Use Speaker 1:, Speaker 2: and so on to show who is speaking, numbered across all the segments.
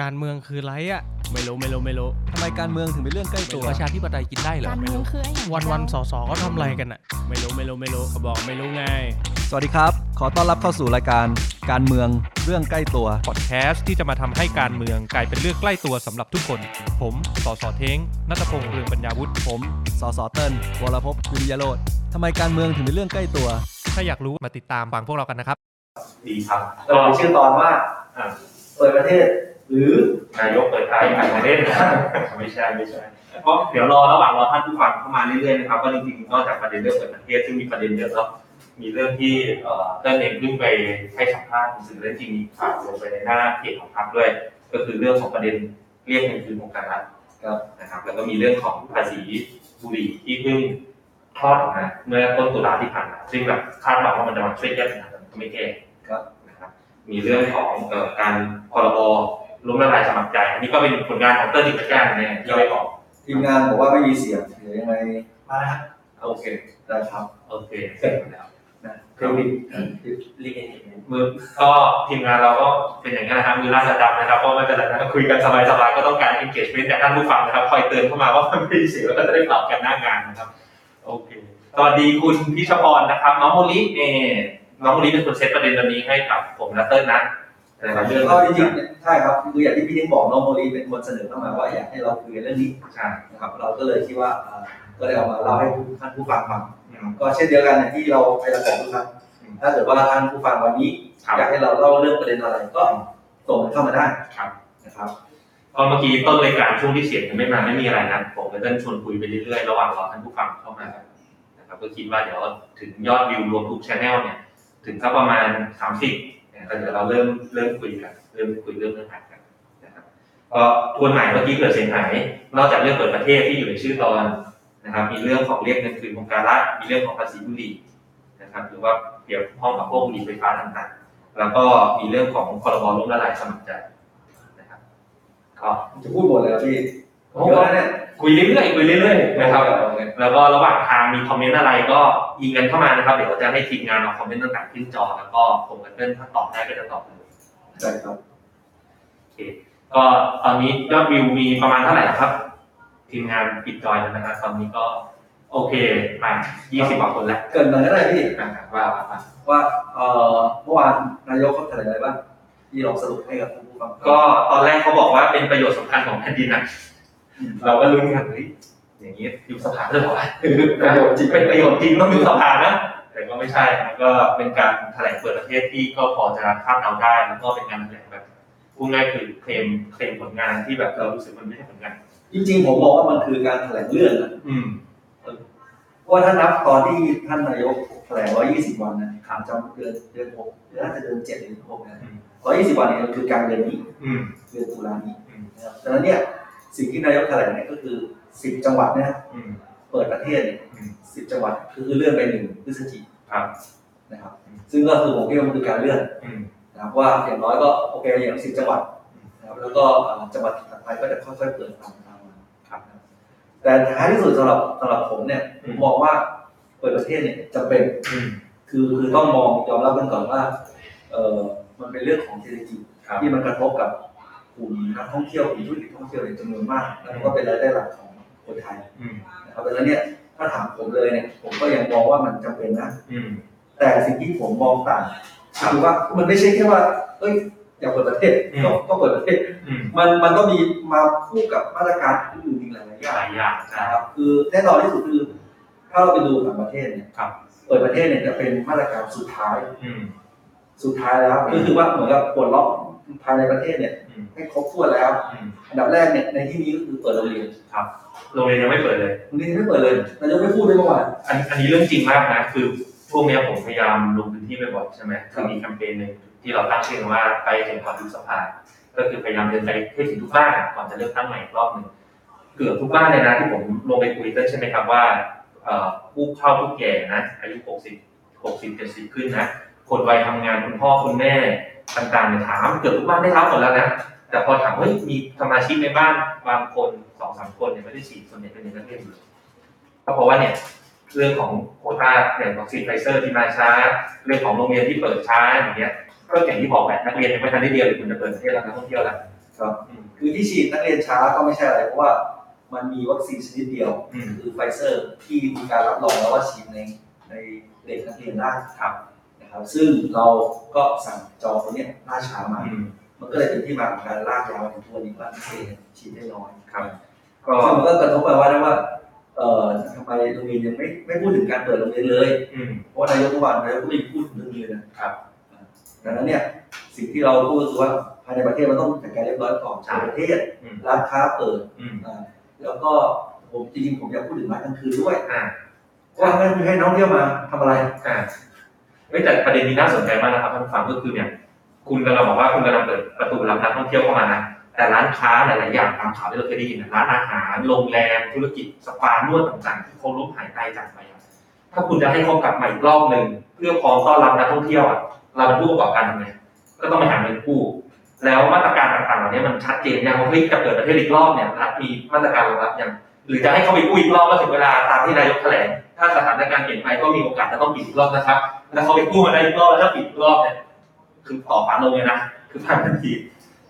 Speaker 1: การเมืองคือไรอะ
Speaker 2: ไม่รู้ไม่รู้ไม่รู้
Speaker 3: ทำไมการเมืองถึงเป็นเรื่องใกล้ตัว
Speaker 4: ประชาธิปไตยกินได้เหรอ
Speaker 5: การเมืองคือไอ้
Speaker 1: วันวันๆสอสอเขาทำอะไรกันอะ
Speaker 2: ไม่รู้ไม่รู้ไม่รู้เขาบอกไม่รู้ไง
Speaker 3: สวัสดีครับ ขอต้อนรับเข้าสู่รายการการเมืองเรื่องใกล้ตัว
Speaker 4: พอดแคสต์ที่จะมาทำให้การเมืองกลายเป็นเรื่องใกล้ตัวสำหรับทุกคน ผมสอสอเท้งนัตพงษ์เรืองปัญญาวุฒิ
Speaker 3: ผม สสเติ้ลวรภพวิริยโรธทำไมการเมืองถึงเป็นเรื่องใกล้ตัว
Speaker 4: ถ้าอยากรู้มาติดตามฟังพวกเรากันนะครับ
Speaker 6: ดีครับ
Speaker 7: เราลงชื่อตอนว่า
Speaker 6: อ่ะ
Speaker 7: เปิดประเทศ หรือน
Speaker 6: ายกเปิดไทยต่างประเทศ ไม่ใช่ไม่ใช่ก็เดี๋ยวรอระหว่างรอท่านผู้ฟังเข้ามาเรื่อยๆนะครับก็จริงๆนอกจากประเด็นเรื่องเปิดประเทศซึ่งมีประเด็นเยอะแล้วมีเรื่องที่เอ่อเติ้ลเองขึ้นไปให้สัมภาษณ์สื่อและจริงมีข่าวลงไปในหน้าเพจของพรรคด้วย ก็คือเรื่องของประเด็นเรียกเงินคืนของการรัฐ
Speaker 7: ครับ
Speaker 6: นะครับ แล้วก็มีเรื่องของภาษีบุหรี่ที่เพิ่งคลอดออกมาเมื่อต้นตุลาที่ผ่านมาซึ่งแบบคาดหวังว่ามันจะมาช่วยแก้ปัญหาแต่มันก็ไม่แก้
Speaker 7: ครับ
Speaker 6: นะครับ มีเรื่องของเอ่อการพรบล้มละลายสมัครใจ อันนี้ก็เป็นผลงานของเตอร์ดิจิทัลเนี่ยที่เอาไปออก
Speaker 7: ทีมงานบอกว่าไม่มีเสียงหรือยังไง
Speaker 6: มาแล้วโอเค
Speaker 7: ได้ครับ
Speaker 6: โอเคเสร็จแล้ว
Speaker 7: นะเทคนิค
Speaker 6: เรียกเองมือก็ทีมงานเราก็เป็นอย่างนี้นนะครับมือล่าจะดำนะครับก็ไม่เป็นไรนะคุยกันสบายๆก็ต้องการ engagement จากท่านผู้ฟังนะครับคอยเตือนเข้ามาว่ามันไม่เสียแล้วก็จะได้ปรับกันหน้างานนะครับโอเคสวัสดีคุณพิชพรนะครับน้องโมลิเนี่ยน้องโมลิเป็นคนเซตประเด็นวันนี้ให้กับผมและเติ้ลนะนะครับเรื่อง
Speaker 7: ก็จริงๆเนี่ยใช่ครับคืออย่างที่พี่นิ้งบอกน้องโมลีเป็นคนเสนอเข้ามาว่าอยากให้เราคุยเรื่องนี้
Speaker 6: ใช่
Speaker 7: นะครับเราก็เลยคิดว่าเอ่อก็เลยเอามาเล่าให้ท่านผู้ฟังฟังนะครับก็เช่นเดียวกันเนี่ยที่เราไปรับของทุกครั้งถ้าเกิดว่าท่านผู้ฟังวันนี้
Speaker 6: ครับ
Speaker 7: อยากให้เราเล่าเรื่องประเด็นอะไรก็ส่งเข้ามาได้
Speaker 6: ครับ
Speaker 7: นะครับ
Speaker 6: ก็เมื่อกี้ต้นรายการช่วงที่เสียงยังไม่มาไม่มีอะไรนะผมก็เต้นชวนคุยไปเรื่อยๆระหว่างรอท่านผู้ฟังเข้ามากันนะครับก็คิดว่าเดี๋ยวถึงยอดวิวรวมทุกช anel เนี่ย ถึงสักประมาณสามสิบเนี่ยก็เดี๋ยวเราเริ่มเริ่มคุยกันเริ่มคุยเรื่องเนื้อหากันนะครับก็ทวนใหม่เมื่อกี้เกิดเสียงหายนอกจากเรื่องเปิดประเทศที่อยู่ในชื่อตอนนะครับ มีเรื่องของเรียกเงินคืนโครงการรัฐมีเรื่องของภาษีบุหรี่นะครับ หรือว่าเกี่ยวข้องกับพวกบุหรี่ไฟฟ้าต่างๆ แล้วก็มีเรื่องของพรบล้มละลายสมัครใจนะครับก็
Speaker 7: จะพูดหมดเลยเหรอพี่
Speaker 6: โอ้โห
Speaker 7: เยอะนะเนี่ย
Speaker 6: คุยเรื่อยๆคุยเรื่อยๆนะครับ แล้วก็ระหว่างทางมีคอมเมนต์อะไรก็ยิงกันเข้ามานะครับ เดี๋ยวจะให้ทีมงานเอาคอมเมนต์ต่างๆขึ้นจอ แล้วก็ผมกับเพื่อนถ้าตอบได้ก็จะตอบเลย
Speaker 7: ใช่ครับ
Speaker 6: โอเคก็ตอนนี้ยอดวิวมีประมาณเท่าไหร่ครับ ทีมงานปิดจอยแล้วนะครับตอนนี้ก็โอเคมา20กว่าคนแล้ว
Speaker 7: เกรินมาก็ได้พี่
Speaker 6: นะครับว่าว่าว่า
Speaker 7: ว่าเอ่อเมื่อวานนายกเขาแถลงอะไรบ้างที่ลองสรุปให้กับท่านผู้ฟัง
Speaker 6: ก็ตอนแรกเขาบอกว่าเป็นประโยชน์สำคัญของแผ่นดินนะเราก็ลุ้นกันเฮ้ยอย่างนี้อยู่สภาด้วยเหรอวะ
Speaker 7: ประโยชน์จริง
Speaker 6: เป็นประโยชน์จริงต้องอยู่สภานะ แต่ก็ไม่ใช่นะก็เป็นการแถลงเปิดประเทศที่ก็พอจะคาดเดาได้แล้วก็เป็นการแถลงแบบพูดง่ายคือเคลมเคลมผลงานที่แบบเรารู้สึกมันไม่ใช่ผลงาน
Speaker 7: จริงๆผมมองว่ามันคือการแถลงเลื่อนนะ
Speaker 6: อืม
Speaker 7: เพราะว่าถ้านับตอนที่ท่านนายกแถลง120 วันนะครับ จำเดือนเดือนหกหรือน่าจะเดือนเจ็ดเดือนหกนะ
Speaker 6: อืม
Speaker 7: 120 วันเนี่ยคือกลางเดือนนี้
Speaker 6: อืม
Speaker 7: เดือนตุลานี้
Speaker 6: อืม
Speaker 7: นะครับดังนั้นเนี่ยสิ่งที่นายกแถลงเนี่ยก็คือ 10 จังหวัดเนะ
Speaker 6: อืม
Speaker 7: เปิดประเทศเนี่ย
Speaker 6: อืม
Speaker 7: 10 จังหวัดคือเลื่อนไปหนึ่งพฤศจิก
Speaker 6: ครับ
Speaker 7: นะครับ
Speaker 6: อืม
Speaker 7: ซึ่งก็คือผมคิดว่ามันคือการเลื่อน
Speaker 6: อืม
Speaker 7: นะครับว่าอย่างน้อยก็โอเคอย่างสิบจังหวัดนะครับแล้วก็เอ่อจังหวัดถัดไปก็จะค่อยๆเปิดตามตามมา
Speaker 6: ครับ
Speaker 7: แต่ท้ายที่สุดสำหรับสำหรับผมเนี่ย
Speaker 6: อืม
Speaker 7: มองว่าเปิดประเทศเนี่ยจำเป็น
Speaker 6: อืม
Speaker 7: คือคือต้องมองยอมรับกันก่อนว่าเออมันเป็นเรื่องของเศรษฐกิจ
Speaker 6: ครับ
Speaker 7: ที่มันกระทบกับกลุ่มนักท่องเที่ยวกลุ่มธุรกิจท่องเที่ยวเนี่ยจำนวนมากแล้วมันก็เป็นรายได้หลักของคนไทย
Speaker 6: อืม
Speaker 7: นะครับดังนั้นเนี่ยถ้าถามผมเลยเนี่ยผมก็ยังมองว่ามันจำเป็นนะ
Speaker 6: อืม
Speaker 7: แต่สิ่งที่ผมมองต่างคือว่ามันไม่ใช่แค่ว่าเอ้ยอยากเปิดประเทศก็ก็เปิดประเทศ
Speaker 6: อืม
Speaker 7: มันมันต้องมีมาคู่กับมาตรการอื่นๆอีกหลายๆอ
Speaker 6: ห
Speaker 7: ย่าง
Speaker 6: ลายอย่างนะ
Speaker 7: นะ
Speaker 6: ค
Speaker 7: ครับ รับคือแน่นอนที่สุดคือถ้าเราไปดูต่างประเทศเนี่ย
Speaker 6: ครับ
Speaker 7: เปิดประเทศเนี่ยจะเป็นมาตรการสุดท้าย
Speaker 6: อืม
Speaker 7: สุดท้ายแล้ว
Speaker 6: อืม
Speaker 7: ก็คือว่าเหมือนกับปลดล็อกภายในประเทศเนี่ย
Speaker 6: อืม
Speaker 7: ให้ครบถ้วนแล้ว
Speaker 6: อืม
Speaker 7: อันดับแรกเนี่ยในที่นี้ก็คือเปิดโรงเรียน
Speaker 6: โรงเรียนยังไม่เปิดเลย
Speaker 7: โรงเรียนไม่เปิดเลยนายกไม่พูดเลยเมื่อวาน
Speaker 6: อันอันนี้เรื่องจริงมากนะคือช่วงเนี้ยผมพยายามลงพื้นที่บ่อยๆใช่ไหม
Speaker 7: ครั
Speaker 6: คือบ มีแคมเปญหนึ่งที่เราตั้งชื่อว่าไปถึงความยุบสภาก็คือพยายามเดินไปให้ถึงทุกบ้านก่อนจะเลือกตั้งใหม่อีกรอบหนึ่งเกือบทุกบ้านเลยนะที่ผมลงไปคุยด้วยใช่ไหมครับว่าเอ่อผู้เข้าผู้แก่นะอายุ 60 60 70 ขึ้นนะคนวัยทำงานคุณพ่อคุณแม่ต่างๆเนี่ยถามเกือบทุกบ้านได้รับหมดแล้วนะแต่พอถามเฮ้ยมีสมาชิกในบ้านบางคนสองสามคนเนี่ยไม่ได้ฉีดส่วนใหญ่เป็นเด็กนักเรียนเลย ก็เพราะว่าเนี่ยเรื่องของโควต้าอย่างวัคซีนไฟเซอร์ที่มาช้า เรื่องของโรงเรียนที่เปิดช้าอย่างเงี้ยก็อย่างที่บอกแหละนักเรียนยังไม่ทันได้เรียนเลยคุณจะเปิดประเทศแล้วนักท่องเที่ยวแล้ว
Speaker 7: ครับ
Speaker 6: อืม
Speaker 7: คือที่ฉีดนักเรียนช้าก็ไม่ใช่อะไรเพราะว่ามันมีวัคซีนชนิดเดียว
Speaker 6: อืม
Speaker 7: คือไฟเซอร์ที่มีการรับรองแล้วว่าฉีดในในเด็กนักเรียนได้
Speaker 6: ครับ
Speaker 7: นะครับ ซึ่งเราก็สั่งจองตัวเนี้ยล่าช้ามา
Speaker 6: อืม
Speaker 7: มันก็เลยเป็นที่มาของการลากยาวถึงทุกวันนี้ว่านักเรียนฉีดได้น้อย
Speaker 6: ครับ
Speaker 7: ก็
Speaker 6: ก็
Speaker 7: มันก็กระทบไปว่าได้ว่าเอ่อทำไมโรงเรียนยังไม่ไม่พูดถึงการเปิดโรงเรียนเลย
Speaker 6: อืม
Speaker 7: เพราะว่านายกทุกวันนายกก็ไม่พูดถึงเรื่องนี้เลยนะครับ ดังนั้นเนี่ยสิ่งที่เราพูดก็คือว่าภายในประเทศมันต้องจัดการเรียบร้อยก่อน
Speaker 6: ใช่
Speaker 7: จากประเทศ
Speaker 6: อืม
Speaker 7: ร้านค้าเปิด
Speaker 6: อืม
Speaker 7: อ่าแล้วก็ผมจริงๆผมอยากพูดถึงร้านกลางคืนด้วย
Speaker 6: อ่า
Speaker 7: ว่างั้นคือให้น้องเที่ยวมาทำอะไร
Speaker 6: อ่าเฮ้ยแต่ประเด็นนี้น่าสนใจมากนะครับท่านผู้ฟังก็คือเนี่ย คุณกำลังบอกว่าคุณกำลังเปิดประตูรับนักท่องเที่ยวเข้ามานะแต่ร้านค้าหลายๆอย่างตามข่าวที่เราเคยได้ยินนะร้านอาหารโรงแรม ธุรกิจสปานวดต่างๆที่เขาล้มหายตายจากไปอะถ้าคุณจะให้เขากลับมาอีกรอบหนึ่งเพื่อพร้อมต้อนรับนักท่องเที่ยวอ่ะเราเป็นผู้ประกอบการทำไงก็ต้องไปหาเงินกู้แล้วมาตรการต่างๆเหล่านี้มันชัดเจนยังว่าเฮ้ยจะเปิดประเทศอีกรอบเนี่ยรัฐมีมาตรการรองรับยัง หรือจะให้เขาไปกู้อีกรอบเมื่อถึงเวลาตามที่นายกแถลง ถ้าสถานการณ์เปลี่ยนไปก็มีโอกาสจะต้องปิดอีกรอบนะครับ แล้วเขาไปกู้มาได้อีกรอบแล้วถ้าปิดอีกรอบเนี่ยคือต่อฟ้าลงเลยนะ คือพันทันที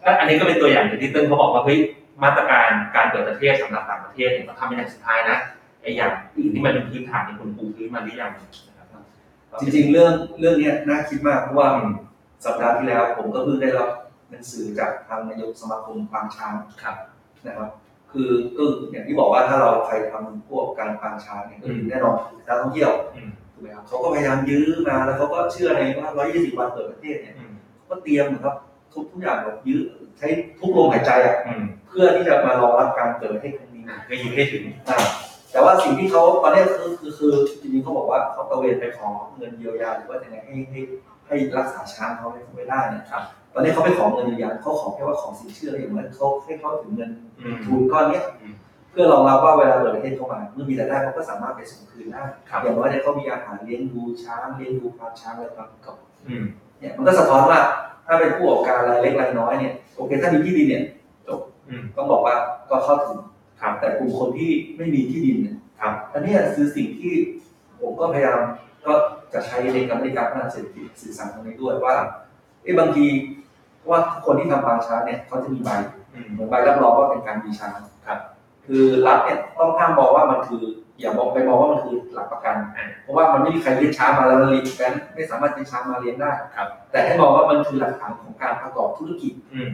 Speaker 6: และอันนี้ก็เป็นตัวอย่างอย่างที่เติ้ลเขาบอกว่าเฮ้ยมาตรการการเปิดประเทศสำหรับต่างประเทศเนี่ยต้องทำเป็นอย่างสุดท้ายนะไอ้อย่างอื่นที่มันเป็นพื้นฐานในยคุณปูพื้นมาหรือยังนะครับ
Speaker 7: จริงๆเรื่องเรื่องเนี้ยน่าคิดมากเพราะว่าสัปดาห์ที่แล้วผมก็เพิ่งได้รับหนังสือจากทางนายกสมาคมปางช้าง
Speaker 6: ครับ
Speaker 7: นะครับคือก็อย่างที่บอกว่าถ้าเราใครทำพวกการปางช้างเนี่ยก็คือแน่นอนคือการท่องเที่ยว
Speaker 6: อืม
Speaker 7: ถูกไหมครับเขาก็พยายามยื้อมาแล้วเขาก็เชื่อในว่า 120 วันเปิดประเทศเนี่ย
Speaker 6: อืม
Speaker 7: เขาก็เตรียมนะครับทุกทุกอย่างแบบยื้อใช้ทุกลมหายใจอะ
Speaker 6: อืม
Speaker 7: เพื่อที่จะมารองรับการเปิดประเทศครั้งนี้
Speaker 6: อ่ะก็ยิงให้ถึง
Speaker 7: อ่าแต่ว่าสิ่งที่เขาตอนแรกคือคือคือจริงๆเขาบอกว่าเขาตระเวนไปขอเงินเยียวยาหรือว่ายังไงให้ให้ให้รักษาช้างเขาให้เขาไม่ได้เนะครับตอนนี้เขาไม่ขอเงินเยียวยาเขาขอแค่ว่าขอสินเชื่ออย่างนั้นเขาให้เขาถึงเงิน
Speaker 6: อืม
Speaker 7: ทุนก้อนเนี้ย
Speaker 6: อืม
Speaker 7: เพื่อรองรับว่าเวลาเปิดประเทศเข้ามาเมื่อมีรายได้เขาก็สามารถไปส่งคืนได้
Speaker 6: ครับ
Speaker 7: อย่างน้อยเนี่ยเขามีอาหารเลี้ยงดูช้างเลี้ยงดูควานช้างอะไรครับกับ
Speaker 6: อืม
Speaker 7: เนี่ยมันก็สะท้อนว่าถ้าเป็นผู้ประกอบการรายเล็กรายน้อยเนี่ยโอเคถ้ามีที่ดินเนี่ย
Speaker 6: อืม
Speaker 7: ต้องบอกว่าก็เข้าถึง
Speaker 6: ครับ
Speaker 7: แต่กลุ่มคนที่ไม่มีที่ดินเนี่ย
Speaker 6: ครับ
Speaker 7: อันเนี้ยคือสิ่งที่ผมก็พยายามก็จะใช้ในกรรมธิการพัฒนาเศรษฐกิจสื่อสารตรงนี้ด้วยว่าเอ้บางทีว่าคนที่ทำปางช้างเนี่ยเขาจะมีใบ
Speaker 6: อืม
Speaker 7: เหมือนใบรับรองว่าเป็นการมีช้าง
Speaker 6: ครับ
Speaker 7: คือรัฐเนี่ยต้องห้ามมองว่ามันคืออย่ามองไปมองว่ามันคือหลักประกัน
Speaker 6: อ่า
Speaker 7: เพราะว่ามันไม่มีใครเลี้ยงช้างมาแล้วเลี้ยงแบงค์ไม่สามารถเลี้ยงช้างมาเลี้ยงได้
Speaker 6: ครับ
Speaker 7: แต่ให้มองว่ามันคือหลักฐานของการประกอบธุรกิจ
Speaker 6: อืม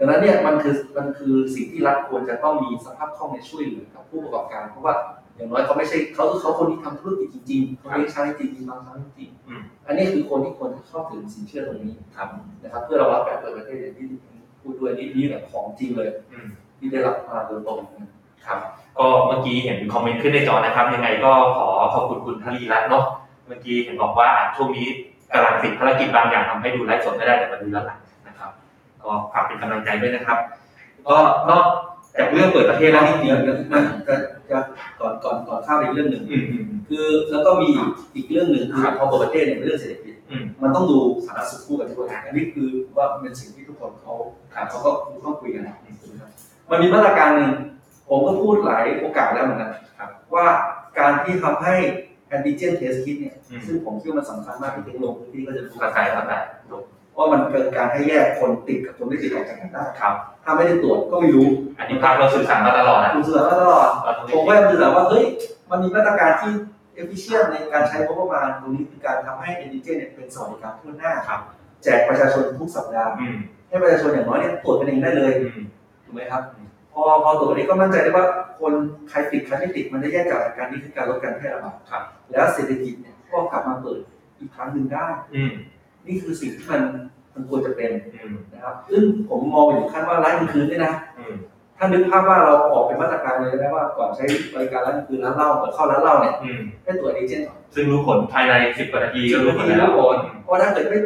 Speaker 7: ดังนั้นเนี่ยมันคือมันคือสิ่งที่รัฐควรจะต้องมีสภาพคล่องในช่วยเหลือกับผู้ประกอบการ เพราะว่าอย่างน้อยเขาไม่ใช่เขาคือเขาคนที่ทำธุรกิจจริงๆเขาเลี้ยงช้างจริงๆบางช้างจริง
Speaker 6: อืม
Speaker 7: ๆอันนี้คือคนที่ควรจะเข้าถึงสินเชื่อตรงนี้
Speaker 6: ครับ
Speaker 7: นะครับ เพื่อรองรับการเปิดประเทศอย่างที่พูดด้วยนี่นี่แบบของจริงเลย
Speaker 6: อืม
Speaker 7: ที่ได้รับมาโดยตรงนะครับ
Speaker 6: ก็เมื่อกี้เห็นคอมเมนต์ขึ้นในจอนะครับ ยังไงก็ขอขอบคุณคุณธลีรัตน์เนาะเมื่อกี้เห็นบอกว่าช่วงนี้กำลังติดภารกิจบางอย่างทำให้ดูไลฟ์สดไม่ได้แต่มาดูย้อนหลังนะครับ ก็ฝากเป็นกำลังใจด้วยนะครับ ก็นอกจากเรื่องเปิดประเทศแล้วจริง
Speaker 7: เดี๋ยวเดี๋ยวจะจะก่อนก่อนก่อนข้ามไปอีกเรื่องหนึ่ง
Speaker 6: ๆอืมอืม
Speaker 7: คือแล้วก็มีอีกเรื่องหนึ่งคือ
Speaker 6: ครับ
Speaker 7: พอเปิดประเทศเนี่ยเป็นเรื่องเศรษฐกิจ
Speaker 6: อืม
Speaker 7: มันต้องดูสาธารณสุขคู่กันด้วยอันนี้คือว่าเป็นสิ่งที่ทุกคนเขา
Speaker 6: ครับ
Speaker 7: เขาก็ต้องคุยกันนะมันมีมาตรการหนึ่งผมก็พูดหลายโอกาสแล้วเหมือนกัน
Speaker 6: ครับ
Speaker 7: ว่าการที่ทำให้แอนติเจนเทสคิดเนี่ย
Speaker 6: อืม
Speaker 7: ซึ่งผมคิดว่ามันสำคัญมากที่เทคโนโลยีที่ก็จะรู้
Speaker 6: เข้าใจเข้าใจ
Speaker 7: ว่ามันเกิดการให้แยกคนติดกับคนไม่ติดออกจากกันได้
Speaker 6: ครับ
Speaker 7: ถ้าไม่ได้ตรวจก็ไม่รู้
Speaker 6: อันนี้ภาคเราสื่อสารมาตลอดนะ
Speaker 7: ผมเสือมาตลอด
Speaker 6: เราตรง
Speaker 7: ผมก็
Speaker 6: นี้
Speaker 7: ยังเสือว่า เฮ้ย มันมีมาตรการที่ efficient ในการใช้งบประมาณตรงนี้คือการทำให้เอเจนเนี่ยเป็นสวัสดิการทั่วหน้า
Speaker 6: ครับ
Speaker 7: แจกประชาชนทุกสัปดาห์
Speaker 6: อืม
Speaker 7: ให้ประชาชนอย่างน้อยเนี่ยตรวจกันเองได้เลย
Speaker 6: อืม
Speaker 7: ถูกไหมครับ พอพอตรวจนี้ก็มั่นใจได้ว่าคนใครติดใครไม่ติดมันจะแยกจากกันนี่คือการลดการแพร่ระบาด
Speaker 6: ครับ
Speaker 7: แล้วเศรษฐกิจเนี่ยก็กลับมาเปิดอีกครั้งหนึ่งได้
Speaker 6: อืม
Speaker 7: นี่คือสิ่งที่มันมันควรจะเป็น
Speaker 6: อืม
Speaker 7: นะครับ ซึ่งผมมองไปถึงขั้นว่าร้านกลางคืนด้วยนะ
Speaker 6: อืม
Speaker 7: ถ้านึกภาพว่าเราออกเป็นมาตรการเลยนะว่าก่อนใช้บริการร้านคือร้านเหล้าก่อนเข้าร้านเหล้าเนี่ย
Speaker 6: อืม
Speaker 7: ให้ตรวจเอเจนต์ก่อน
Speaker 6: ซึ่งรู้ผลภายในสิบกว่านาทีก็รู้ผล
Speaker 7: ที
Speaker 6: แล้
Speaker 7: รู้
Speaker 6: ว
Speaker 7: ผลเพราะถ้าเกิดไม่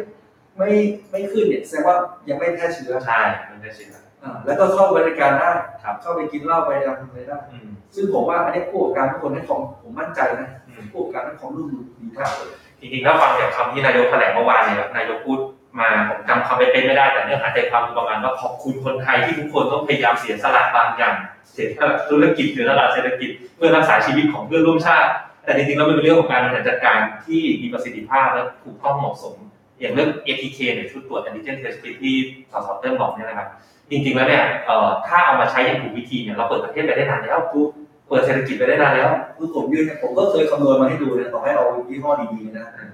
Speaker 7: ไม่ไม่ขึ้นเนี่ยแสดงว่ายังไม่แพร่เชื้อ
Speaker 6: ใช่มันจะเชื่อ
Speaker 7: อ่าแล้วก็เข้าบริการได้
Speaker 6: ครับ
Speaker 7: เข้าไปกินเหล้าไปทำอะไรได้
Speaker 6: อืม
Speaker 7: ซึ่งผมว่าอันนี้ผู้ประกอบการทุกคนให้ความผมมั่นใจนะ
Speaker 6: อืม
Speaker 7: ผู้ประกอบการให้ความร่วมมือดีมากเลย
Speaker 6: จริงๆถ้าฟังจากคำที่นายกแถลงเมื่อวานเนี่ยครับนายกพูดมาผมจำคำไม่เป็นไม่ได้แต่เนื้อหาใจความคือประมาณว่าขอบคุณคนไทยที่ทุกคนต้องพยายามเสียสละบางอย่างเสียสละธุรกิจหรือตลาดเศรษฐกิจเพื่อรักษาชีวิตของเพื่อนร่วมชาติ แต่จริงๆแล้วมันเป็นเรื่องของการบริหารจัดการที่มีประสิทธิภาพและถูกต้องเหมาะสม อย่างเรื่อง ATK เนี่ยชุดตรวจ antigen test kit ที่สสเติ้ลบอกเนี่ยนะครับ จริงๆแล้วเนี่ยเอ่อถ้าเอามาใช้อย่างถูกวิธีเนี่ยเราเปิดประเทศไปได้นานแล้วกูเปิดเศรษฐกิจไปได้นานแล้ว
Speaker 7: คือผมยืนเนี่ยผมก็เคยคำนวณมาให้ดูนะต่อให้เอายี่ห้อดีๆนะ
Speaker 6: อืม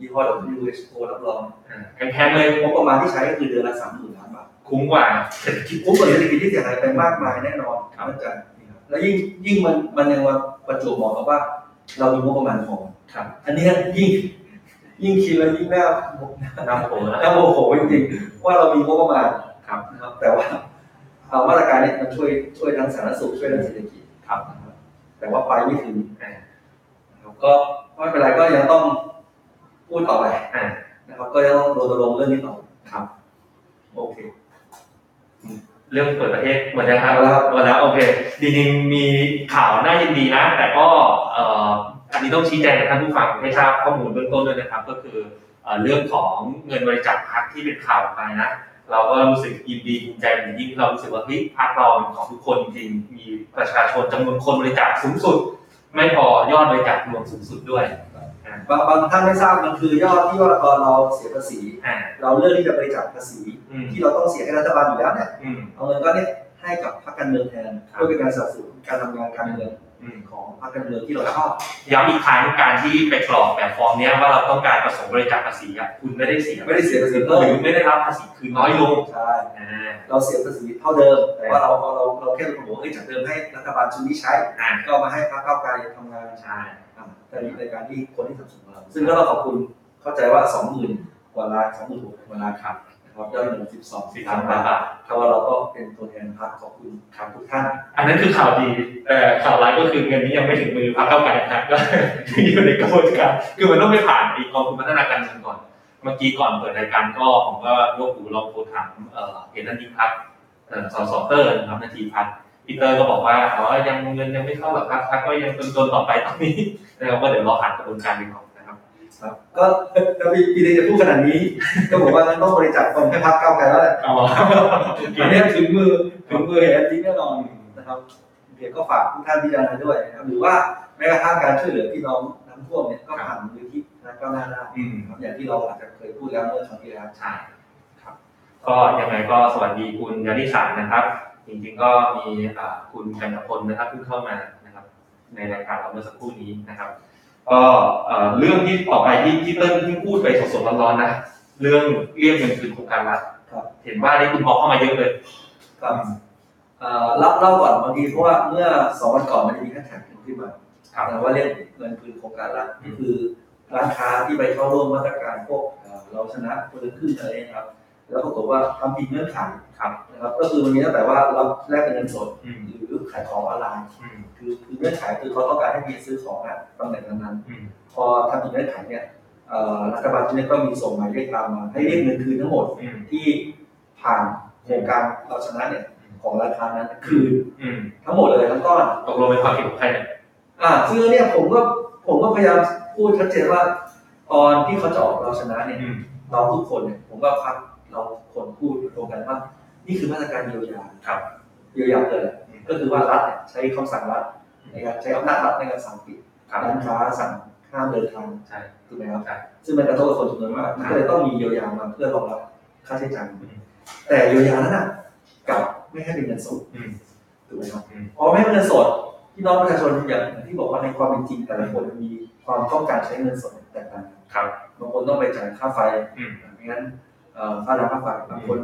Speaker 7: ยี่ห้อ WHO รับรอง
Speaker 6: อ่าแพงๆเลย
Speaker 7: งบประมาณที่ใช้ก็คือเดือนละสามหมื่นล้านบาท
Speaker 6: คุ้มกว่าเศรษฐกิจ
Speaker 7: คุ้มกับเศรษฐกิจที่เสียหายไปมากมายแน่นอน
Speaker 6: ครับ
Speaker 7: อาจารย์แล้วยิ่งยิ่งมันมันยังมาประจวบเหมาะกับว่า เรามีงบประมาณพอ
Speaker 6: ครับ
Speaker 7: อันเนี้ยยิ่ง ยิ่งคิดแล้วยิ่งน่า
Speaker 6: น้ำโขงนะค
Speaker 7: น่า
Speaker 6: รับ
Speaker 7: โมโหจริงๆว่าเรามีงบประมาณ
Speaker 6: ครับ
Speaker 7: นะครับ แต่ว่าเอามาตรการเนี้มันช่วยช่วยทั้งสาธารณสุขช่วยทั้งเศรษฐกิจ
Speaker 6: ครับ
Speaker 7: นะครับแต่ว่าไปไม่ถึง
Speaker 6: อ่า
Speaker 7: นะครับก็ไม่เป็นไรก็ยังต้องพูดต่อไป
Speaker 6: อ่า
Speaker 7: นะครับ ก็ยังต้องรณรงค์เรื่องนี้ต่อ
Speaker 6: ครับ
Speaker 7: โอเค
Speaker 6: เรื่องเปิดประเทศหมดแล้วครับ
Speaker 7: หมดแล้วครับ
Speaker 6: หมดแล้วโอเคจริงๆมีข่าวน่ายินดีนะ แต่ก็เอ่ออันนี้ต้องชี้แจงกับท่านผู้ฟังให้ทราบข้อมูลเบื้องต้นด้วยนะครับ ก็คือเอ่อเรื่องของเงินบริจาคพักที่เป็นข่าวออกไปนะ เราก็รู้สึกยินดีภูมิใจเป็นอย่างยิ่งที่เรารู้สึกว่าเฮ้ยพักเราเป็นของทุกคนจริงมีประชาชนจำนวนคนบริจาคสูงสุด ไม่พอยอดบริจาครวมสูงสุดด้วย
Speaker 7: บางบางท่านไม่ทราบมันคือยอดที่ว่าตอนเราเสียภาษี
Speaker 6: อ่า
Speaker 7: เราเลือกที่จะบริจาคภาษี
Speaker 6: อืม
Speaker 7: ที่เราต้องเสียให้รัฐบาลอยู่แล้วเนี่ย
Speaker 6: อืม
Speaker 7: เอาเงินก้อนเนี้ให้กับพรรคการเมืองแทน
Speaker 6: ครับ
Speaker 7: เพื่อเป็นการสนับสนุนการทำงานการเมือง
Speaker 6: อืม
Speaker 7: ของพรรคการเมืองที่เราชอบ
Speaker 6: ย้ำอีกครั้งการที่ไปกรอกแบบฟอร์มเนี้ยว่าเราต้องการประสงค์บริจาคภาษีอะคุณไม่ได้เสีย
Speaker 7: ไม่ได้เสียภาษี
Speaker 6: ห
Speaker 7: เพิ่ม
Speaker 6: รือไม่ได้รับภาษีคือน้อยลง
Speaker 7: ใช่
Speaker 6: อ่า
Speaker 7: เราเสียภาษีเท่าเดิม แต่ว่าเราเราเราเราแค่ระบุว่าเอ้ยจากเดิมให้รัฐบาลชุดนี้ใช้
Speaker 6: อ่า
Speaker 7: ก็เอามาให้พรรคก้าวไกลทำงาน
Speaker 6: ใช่
Speaker 7: อ่าแต่ในการที่คนที่สนับสนุนเราซึ่งก็เราขอบคุณเข้าใจว่า 20,000กว่าล้าน26,000กว่าล้าน
Speaker 6: ครับ
Speaker 7: นะครับยอดเงิน12
Speaker 6: สี่
Speaker 7: ล้า
Speaker 6: สาน ม
Speaker 7: บา
Speaker 6: ล้าน
Speaker 7: ท
Speaker 6: บาท
Speaker 7: เพราะว่าเราก็เป็นตัวแทนพรรคขอบคุณครับทุกท่าน
Speaker 6: อันนั้นคือข่าวดีแต่ข่าวร้ายก็คือเงินนี้ยังไม่ถึงมือพรรคเก้าวไกลนะก็ อยู่ในกระบวนการคือมันต้องไปผ่านไอีกองทุนพัฒนาการเงินก่อน เมื่อกี้ก่อนเปิดรายการก็ผมก็ยกหูลองโทรถามเอ่อเห็นนันทีพัฒน์เอ่อสสเตอร์นะครับนาทีพัฒน์ปีเตอร์ก็บอกว่าอ๋อยังเงินยังไม่เข้าหรอกครับพักก็ยังจนๆต่อไปตอนนี้ นะครับก็เดี๋ยวรอผ่านกระบวนการไปก่อนนะครับ
Speaker 7: ครับ ก็ถ้าพี่พี่เลยจะพูดขนาดนี้ ก็บอกว่าต้องบริจาคคนให้พรรคก้าวไกลแล้วแหละ
Speaker 6: อ๋อ
Speaker 7: อันเนี้ยถึงมือถึงมือเห็นจริงแน่นอนนะครับเดี๋ยวก็ฝากทุกท่านพิจารณาด้วยนะครับหรือว่าแม้กระทั่งการช่วยเหลือพี่น้องน้ำท่วมเนี่ยก็ผ่านมูลนิธินะก้าวหน้าได้
Speaker 6: อืม
Speaker 7: นะครับอย่างที่เราอาจจะเคยพูดแล้วเมื่อครั้งที่แล้ว
Speaker 6: ใช่ครับ ก็ยังไงก็สวัสดีคุณยานิสานนะครับ จริงๆก็มีอ่าคุณกันตพลนะครับเพิ่งเข้ามานะครับ ในรายการเราเมื่อสักครู่นี้นะครับ ก็เอ่อเรื่องที่ต่อไปที่ที่เติ้ลเพิ่งพูดไปสดๆร้อนๆนะเรื่องเรียกเงินคืนโครงการรัฐ
Speaker 7: ครับ
Speaker 6: เห็นว่าได้คุณบอกเข้ามาเยอะเลย
Speaker 7: ครับเอ่อเล่าเล่าก่อนบางทีเพราะว่าเมื่อสองวันก่อนมันจะมีแฮชแท็กหนึ่งขึ้นมา
Speaker 6: ครับ
Speaker 7: แต่ว่าเรียกเงินคืนโครงการรัฐ
Speaker 6: อื
Speaker 7: ก็
Speaker 6: ม
Speaker 7: คือร้านค้าที่ไปเข้าร่วมมาตรการพวกเอ่อเราชนะคนละครึ่งอะไรนะครับ แล้วปรากฏว่าทำผิดเงื่อนไข
Speaker 6: ครับ
Speaker 7: นะครับ ก็คือมันมีตั้งแต่ว่าเราแลกเป็นเงินสด
Speaker 6: อืม
Speaker 7: หรือขายของออนไลน์
Speaker 6: อืม
Speaker 7: คือคือเงื่อนไขคือเขาต้องการให้มีซื้อของอะตำแหน่งนั้น
Speaker 6: อืม
Speaker 7: ๆพอทำผิดเงื่อนไขเนี่ยเอ่อรัฐบาลชุดนี้ก็มีส่งหมายเรียกตามมาให้เรียกเงินคืนทั้งหมด
Speaker 6: อืม
Speaker 7: ที่ผ่านโครงการเราชนะเนี่ยของราคานั้นคืน
Speaker 6: อืม
Speaker 7: ทั้งหมดเลยทั้งก้อน
Speaker 6: ตกลงเป็นความผิดของใครเนี่ย
Speaker 7: อ่าซึ่งเนี่ยผมก็ผมก็พยายามพูดชัดเจนว่า ตอนที่เขาจะออกเราชนะเนี่ย
Speaker 6: อืม
Speaker 7: เราทุกคนเนี่ยผมว่าพักเราคนพูดตรงกันว่า นี่คือมาตรการเยียวยา
Speaker 6: ครับ
Speaker 7: เยียวยาเลยก็คือว่ารัฐเนี่ยใช้คำสั่งรัฐ
Speaker 6: อืม
Speaker 7: ในการใช้อำนาจรัฐในการสั่งปิด
Speaker 6: ครับ
Speaker 7: ร้านค้าสั่งห้ามเดินทาง
Speaker 6: ใช่
Speaker 7: ถูกไหมครับ
Speaker 6: ครับ
Speaker 7: ซึ่งมันกระทบกับคนจำนวนมากมันก็เลยต้องมีเยียวยามาเพื่อรองรับค่าใช้จ่ายแต่เยียวยานั้นน่ะกลับไม่ให้เป็นเงินสด
Speaker 6: อืม
Speaker 7: ถูกไหมครับ
Speaker 6: อืม
Speaker 7: พอไม่ให้เป็นเงินสด พี่น้องประชาชนอย่างที่บอกว่าในความเป็นจริงแต่ละคนมีความต้องการใช้เงินสดแตกต่างกัน
Speaker 6: ครับ
Speaker 7: บางคนต้องไปจ่ายค่าไฟ
Speaker 6: อืม
Speaker 7: ไม่งั้นเอ่อค่าน้ำค่าไฟบางคน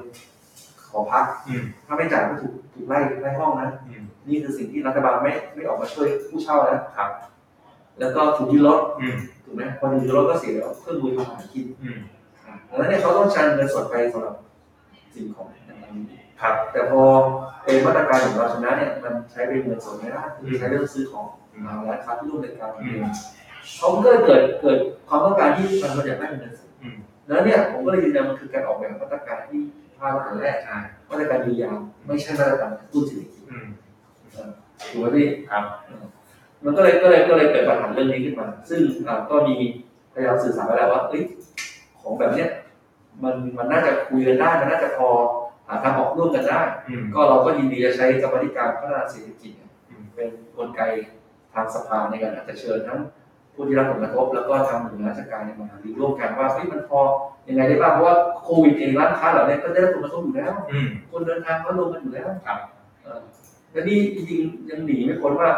Speaker 7: ขอพัก
Speaker 6: อืม
Speaker 7: ถ้าไม่จ่ายก็ถูกถูกไล่ไล่ห้องนะ
Speaker 6: อืม
Speaker 7: นี่คือสิ่งที่รัฐบาลไม่ไม่ออกมาช่วยผู้เช่านะครับ แล้วก็ถูกยึดรถ
Speaker 6: อืม
Speaker 7: ถูกไหมพอถูกยึดรถก็เสียเครื่องมือทำอาหารกิน
Speaker 6: อืม
Speaker 7: อ่ะดังนั้นเนี่ยเขาต้องใช้เงินสดไปสำหรับสิ่งของต่างๆ
Speaker 6: ครับ
Speaker 7: แต่พอเป็นมาตรการของเราชนะเนี่ยมันใช้เป็นเงินสดไม่ได้คือใช้เรื่องซื้อของร้านค้าที่ร่วมในการเขาก็เลยเกิดเกิดความต้องการที่มันอยากได้เงินสด
Speaker 6: อืม
Speaker 7: แล้วเนี่ยผมก็เลยยืนยันมันคือการออกแบบมาตรการที่พลาดตั้งแต่แรก
Speaker 6: ใช่
Speaker 7: มาตรการเยียวยาไม่ใช่มาตรการกระตุ้นเศรษฐกิจ
Speaker 6: อืม
Speaker 7: ถูกไหมพี่
Speaker 6: ครับ
Speaker 7: มันก็เลยก็เลยก็เลยเกิดปัญหาเรื่องนี้ขึ้นมา ซึ่งอ่าก็มีพยายามสื่อสารไปแล้วว่าเอ้ยของแบบเนี้ยมันมันน่าจะคุยกันได้มันน่าจะพอหาทางออกร่วมกันได้
Speaker 6: อืม
Speaker 7: ก็เราก็ยินดีจะใช้กรรมาธิการพัฒนาเศรษฐกิจเนี่ย
Speaker 6: อืม
Speaker 7: เป็นกลไกทางสภาในการอาจจะเชิญทั้ง ผู้ที่รับผลกระทบแล้วก็ทางหน่วยงานราชการเนี่ยมาหารือร่วมกันว่าเฮ้ยมันพอยังไงได้บ้างเพราะว่าโควิดเองร้านค้าเหล่านี้ก็ได้รับผลกระทบอยู่แล้ว
Speaker 6: อืม
Speaker 7: คนเดินทางก็ลงกันอยู่แล้ว
Speaker 6: ครับ
Speaker 7: เออและนี่จริงๆยังหนีไม่พ้นว่า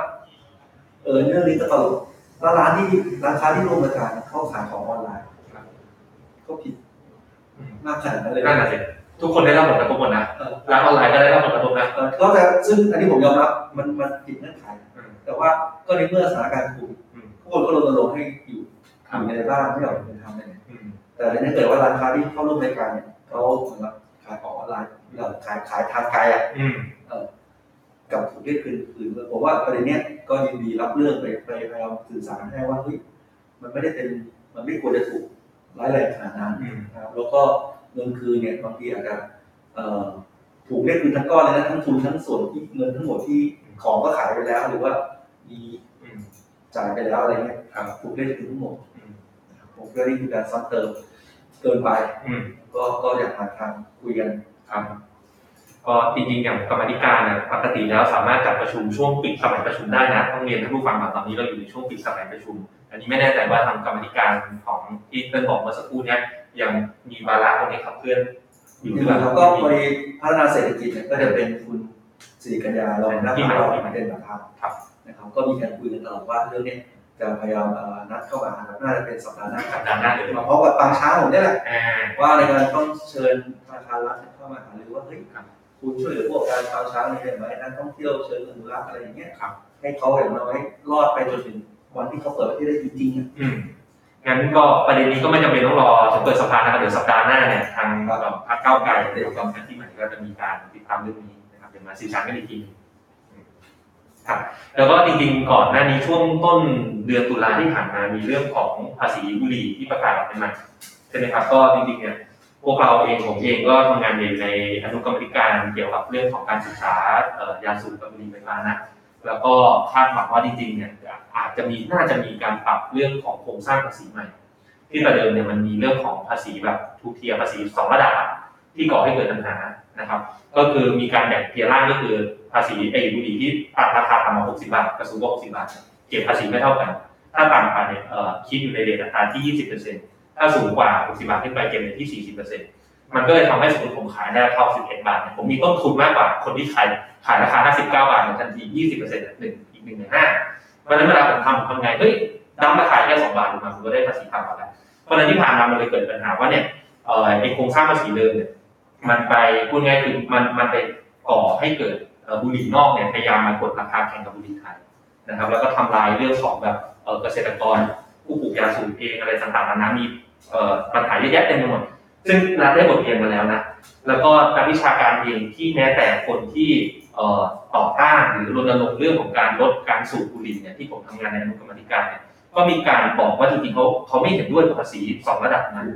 Speaker 7: เออเรื่องนี้ก็ตลกแล้วร้านที่ร้านค้าที่ร่วมกับการเข้าขายของออนไลน์ครับก็ผิด
Speaker 6: อืม
Speaker 7: มากขนาดนั้นเลย
Speaker 6: นั่นแหละสิทุกคนได้รับผลกระทบหมดนะ
Speaker 7: เออ
Speaker 6: ร้านออนไลน์ก็ได้รับผลกระทบนะ
Speaker 7: เออก็แต่ซึ่งอันนี้ผมยอมรับมันมันผิดเงื่อนไข
Speaker 6: อืม
Speaker 7: แต่ว่าก็ในเมื่อสถานการณ์โควิด
Speaker 6: อืม
Speaker 7: ทุกคนก็รณรงค์ให้อยู่
Speaker 6: ครั
Speaker 7: อบยู่ในบ้านไม่ออกไปเดินทางไปไหน
Speaker 6: อืม
Speaker 7: แต่ในนี้เกิดว่าร้านค้าที่เข้าร่วมรายการเนี่ยเขาเหมือนกับขายของออนไลน์เอ่อขายขายทางไกลอ่ะ
Speaker 6: อืม
Speaker 7: กับถูกเรียกคืนคืนผมว่าประเด็นเนี้ยก็ยินดีรับเรื่องไปไปพยายามสื่อสารให้ว่าเฮ้ยมันไม่ได้เป็นมันไม่ควรจะถูกร้ายแรงขนาดนั้น
Speaker 6: อืม
Speaker 7: นะครับแล้วก็เงินคืนเนี่ยบางทีอาจจะเอ่อถูกเรียกคืนทั้งก้อนเลยนะทั้งทุนทั้งส่วนที่เงินทั้งหมดที่ของก็ขายไปแล้ว หรือว่ามี
Speaker 6: อืม
Speaker 7: จ่ายไปแล้วอะไรเงี้ย
Speaker 6: ครับ
Speaker 7: ถูกเรียกคืนทั้งหมด
Speaker 6: อืม
Speaker 7: นะครับผมคิดว่านี่คือการซ้ำเติมเกินไป
Speaker 6: อืม
Speaker 7: ก็ก็อยากหาทางคุยกัน
Speaker 6: ครับก็จริงๆอย่างกรรมาธิการนะปกติแล้วสามารถจัดประชุมช่วงปิดสมัยประชุมได้นะต้องเรียนท่านผู้ฟังก่อนตอนนี้เราอยู่ในช่วงปิดสมัยประชุม อันนี้ไม่แน่ใจว่าทางกรรมาธิการของที่เติ้ลบอกเมื่อสักครู่เนี้ยยังมีวาระตรงนี้ขับเคลื่อนอยู่หรือเปล่า
Speaker 7: แล้วก็พอดีพัฒนาเศรษฐกิจเนี่ยก็จะเป็นคุณสิริกัญญาเราหน้าที่เราเป็นประธาน
Speaker 6: ครับ
Speaker 7: นะครับก็มีการคุยกันตลอดว่าเรื่องเนี้ยจะพยายามเอ่อนัดเข้ามาน่าจะเป็นสัปดาห์หน้า
Speaker 6: สัปดาห์หน้าเลย
Speaker 7: มาพร้อมกับปางช้างผมเนี่ยแหละ
Speaker 6: อ่า
Speaker 7: ว่าในการต้องเชิญธนาคารรัฐเข้ามาหารือว่าเฮ้ย
Speaker 6: ครับ
Speaker 7: คุณช่วยเหลือพวกการปางช้างนี่ได้ไหมนักท่องเที่ยวเชิญอนุรักษ์อะไรอย่างเงี้ย
Speaker 6: ครับ
Speaker 7: ให้เขาอย่างน้อยรอดไปจนถึงวันที่เขาเปิดประเทศได้จริงๆอะ
Speaker 6: อืมงั้นก็ประเด็นนี้ก็ไม่จำเป็นต้องรอจะเปิดสภานะครับเดี๋ยวสัปดาห์หน้าเนี่ยทาง
Speaker 7: ครับ
Speaker 6: พรรคก้าวไกลเดี๋ยวกรรมการที่ใหม่ก็จะมีการติดตามเรื่องนี้นะครับเดี๋ยวมาสื่อสารกันอีกทีหนึ่งอืมครับแล้วก็จริงๆก่อนหน้านี้ช่วงต้นเดือนตุลาที่ผ่านมามีเรื่องของภาษีบุหรี่ที่ประกาศออกเป็นใหม่ใช่ไหมครับก็จริงๆเนี่ย พวกเราเองผมเองก็ทำงานอยู่ในอนุกรรมธิการเกี่ยวกับเรื่องของการศึกษาเอ่อยาสูบกับบุหรี่ไฟฟ้านะ แล้วก็คาดหวังว่าจริงๆเนี่ยอาจจะมีน่าจะมีการปรับเรื่องของโครงสร้างภาษีใหม่ ที่แต่เดิมเนี่ยมันมีเรื่องของภาษีแบบทูเทียภาษีสองระดับที่ก่อให้เกิดปัญหานะครับ ก็คือมีการแบ่งเทียร์ล่างก็คือภาษีไอ้บุหรี่ที่ปรับราคาต่ำกว่า60 บาทกระสูงกว่า60 บาทเก็บภาษีไม่เท่ากัน ถ้าต่ำกว่าเนี่ยเอ่อคิดอยู่ในเรทอัตราที่ 20%ถ้าสูงกว่า 60 บาทขึ้นไปเก็บในที่ 40% มันก็เลยทำให้สมมติผมขายได้ราคา11 บาทเนี่ยผมมีต้นทุนมากกว่าคนที่ขายขายราคา 59 บาทเนี่ยทันที 20เปอร์เซ็นต์หนึ่งอีกหนึ่งในห้าเพราะฉะนั้นเวลาผมทำผมทำไง เฮ้ยดั้มราคาแค่ 2 บาทลงมาผมก็ได้ภาษีต่ำกว่าแล้ว เพราะฉะนั้นที่ผ่านมามันเลยเกิดปัญหาว่าเนี่ยเอ่อไอโครงสร้างภาษีเดิมเนี่ยมันไปพูดง่ายคือมันมันไปก่อให้เกิดเอ่อบุหรี่นอกเนี่ยพยายามมากดราคาแข่งกับบุหรี่ไทยนะครับแล้วก็ทำลายเรื่องของแบบเอ่อเกษตรกรผู้ปลูกยาสูบเองอะไรต่างๆนานามีเอ่อปัญหาเยอะแยะเต็มไปหมด ซึ่งนัดได้บทเรียนมาแล้วนะ แล้วก็นักวิชาการเองที่แม้แต่คนที่เอ่อต่อต้านหรือรณรงค์เรื่องของการลดการสูบบุหรี่เนี่ยที่ผมทำงานในอนุกรรมาธิการเนี่ยก็มีการบอกว่าจริงๆเขาเขาไม่เห็นด้วยกับภาษีสองระดับนั้น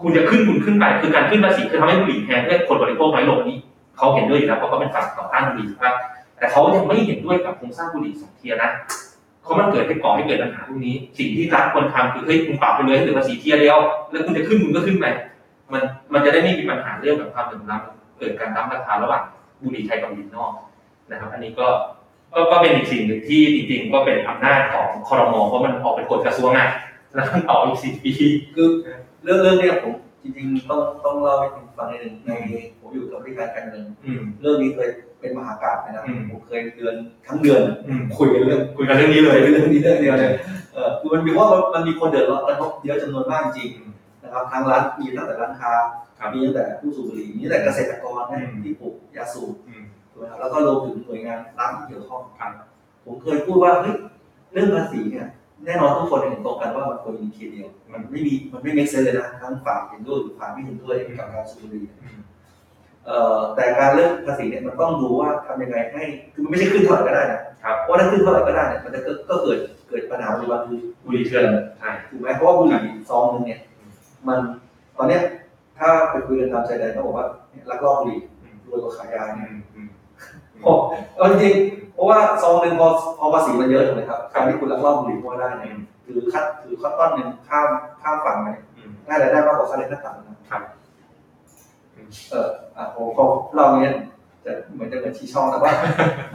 Speaker 6: คุณจะขึ้นคุณขึ้นไปคือการขึ้นภาษีคือทำให้บุหรี่แพงเพื่อคนบริโภคน้อยลงอันนี้เขาเห็นด้วยอยู่แล้วเพราะเขาเป็นฝั่งต่อต้านบุหรี่ครับแต่เขายังไม่เห็นด้วยกับโครงสร้างบุหรี่สองเทียร์นะเขาะมันเกิดให้ก่อให้เกิดปัญหาพวกนี้ สิ่งที่รัฐควรทำคือเฮ้ยคุณปรับไปเลยให้เหลือภาษีเทียร์เดียวแล้วคุณจะขึ้นคุณก็ขึ้นไป มันมันจะได้ไม่มีปัญหาเรื่องแบบความเหลื่อมล้ำเกิดการตั้มราคาระหว่างบุหรี่ไทยกับบุหรี่นอกนะครับ อันนี้ก็ก็ก็เป็นอีกสิ่งหนึ่งที่จริงๆ ก็เป็นอำนาจของคอรมอเพราะมันออกเป็นกฎกระทรวงอ่ะ แล้วมันต่ออีกสิบปี
Speaker 7: คือเรื่องเรื่องเนี้ยผมจริงๆต้องต้องเล่าให้คุณฟังนิดนึงในผมอยู่กับวิการการเงิน
Speaker 6: อืม
Speaker 7: เรื่องนี้เคยเป็นมหากาพย์นะครับ
Speaker 6: อืม
Speaker 7: ผมเคยเดือนทั้งเดือน
Speaker 6: อืม
Speaker 7: คุยกันเรื่อง
Speaker 6: คุยกันเรื่องนี้
Speaker 7: เล
Speaker 6: เลยย
Speaker 7: เรื่องนี้เรื่องเดียวเลยเออคือมันมีว่ามันมีคนเดือดร้อนกระทบเยอะจำนวนมากจริงๆนะครับทางร้านมีตั้งแต่ร้านค้า
Speaker 6: ครับ
Speaker 7: มีตั้งแต่ผู้สูบบุหรี่มีตั้งแต่เกษตรกรนะ
Speaker 6: อืม
Speaker 7: ที่ปลูกยาสูบ
Speaker 6: อืม
Speaker 7: ถูกไหมครับแล้วก็รวมถึงหน่วยงานรัฐที่เกี่ยวข้อง
Speaker 6: ครับ
Speaker 7: ผมเคยพูดว่าเฮ้ยเรื่องภาษีเนี่ยแน่นอนทุกคนเห็นตรงกันว่ามันควรมีเคียเดียว
Speaker 6: มั
Speaker 7: มัน นไม่มีมันไม่ make sense เลยนะทั้งฝ่ายเห็นด้วยหรือฝ่ายไม่เห็นด้วยกับการสูบบุหรี่
Speaker 6: อืม
Speaker 7: เอ่อแต่การเลือกภาษีเนี่ยมันต้องดูว่าทำยังไงให้คือมันไม่ใช่ขึ้นเท่าไหร่ก็ได้นะครับเพราะถ้าขึ้นเท่าไหร่ก็ได้เนี่ยมันจะก็ก็เกิดเกิดปัญหาในวันคือ
Speaker 6: บุหรี่เถื่อนใช่
Speaker 7: ถูกไหมเพราะว่าบุหรี่ซองหนึงเนี่ยมันตอนเนี้ยถ้าไปคุยกันตามชายแดนเขาบอกว่าเนี่ยลักลอบบุหรี่
Speaker 6: อืม
Speaker 7: รวยกว่าขายยา
Speaker 6: อื
Speaker 7: เนี่ย
Speaker 6: มอืม
Speaker 7: โอ้เอาจริงๆเพราะว่าซองหนึ่งพอพอภาษีมันเยอะถูกไหมครับการที่คุณลักลอบบุหรี่เข้ามาได้เนี่ยถือคัดถือคัดต้นหนึ่งข้ามข้ามฝั่งมาเนี่ย
Speaker 6: อืม
Speaker 7: ได้รายได้มากกว่าค่าแรงขั้นต่ำนะ
Speaker 6: ครับ
Speaker 7: เอออ่ะผมก็เราเนี้ยจะเหมือนจะเหมือนชี้ช่องแต่ว่า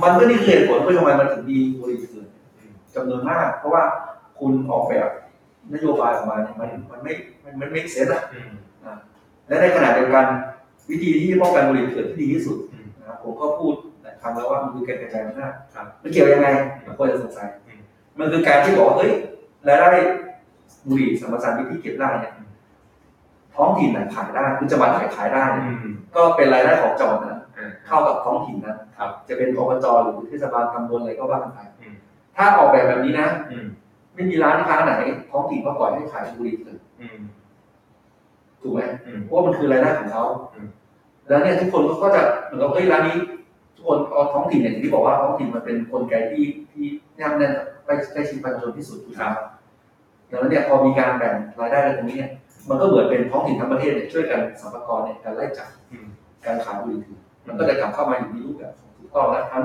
Speaker 7: มันก็นี่คือเหตุผลว่าทำไมมันถึงมีบุหรี่เถื่อนจำนวนมาก เพราะว่าค คุณออกแบบนโยบายออกมาเนี่ยมันมันไม่มันมันไม่เซนอะ
Speaker 6: อืม
Speaker 7: นะและในขณะเดียวกันวิธีที่ป้องกันบุหรี่เถื่อนที่ดีที่สุด
Speaker 6: อืม
Speaker 7: นะครับผมก็พูดหลายครั้งแล้วว่ามันคือการกระจายอำนาจ
Speaker 6: ครับ
Speaker 7: มันเกี่ยวยังไงเราควรจะสงสัย
Speaker 6: อืม
Speaker 7: มันคือการที่บอกว่าเฮ้ยรายได้บุหรี่สัมปทานที่เก็บได้เนี่ยท้องถิ่นไหนขายได้คือจังหวัดไหนขายได้เนี่ย
Speaker 6: อืม
Speaker 7: ก็เป็นรายได้ของจังหวัดนั้น
Speaker 6: อ่า
Speaker 7: เข้ากับท้องถิ่นนั้น
Speaker 6: ครับ
Speaker 7: จะเป็นอบจหรือเทศบาลตำบลอะไรก็ว่ากันไป
Speaker 6: อืม
Speaker 7: ถ้าออกแบบแบบนี้นะ
Speaker 6: อืม
Speaker 7: ไม่มีร้านค้าไหน ท้องถิ่นก็ปล่อยให้ขายบุหรี่เถื่อน
Speaker 6: อืม
Speaker 7: ถูกไหม
Speaker 6: อืม
Speaker 7: เพราะว่ามันคือรายได้ของเขา
Speaker 6: อืม
Speaker 7: แล้วเนี่ยทุกคนก็จะเหมือนกับเอ้ยร้านนี้ ทุกคนเอาท้องถิ่นเนี่ยอย่างที่บอกว่าท้องถิ่นมันเป็นกลไกที่ที่แนบแน่นใกล้ใกล้ชิดประชาชนที่สุดอยู่แล้วดังนั้นเนี่ยพอมีการแบ่งรายได้กันตรงนี้เนี่ย มันก็เหมือนเป็นท้องถิ่นทั้งประเทศเนี่ยช่วยกันสัมภาระเนี่ยการไล่จับ
Speaker 6: อืม
Speaker 7: การขายบุหรี่เถื่อนมันก็จะกลับเข้ามาอยู่ในรูปแบบของถูกต้องและทั้ง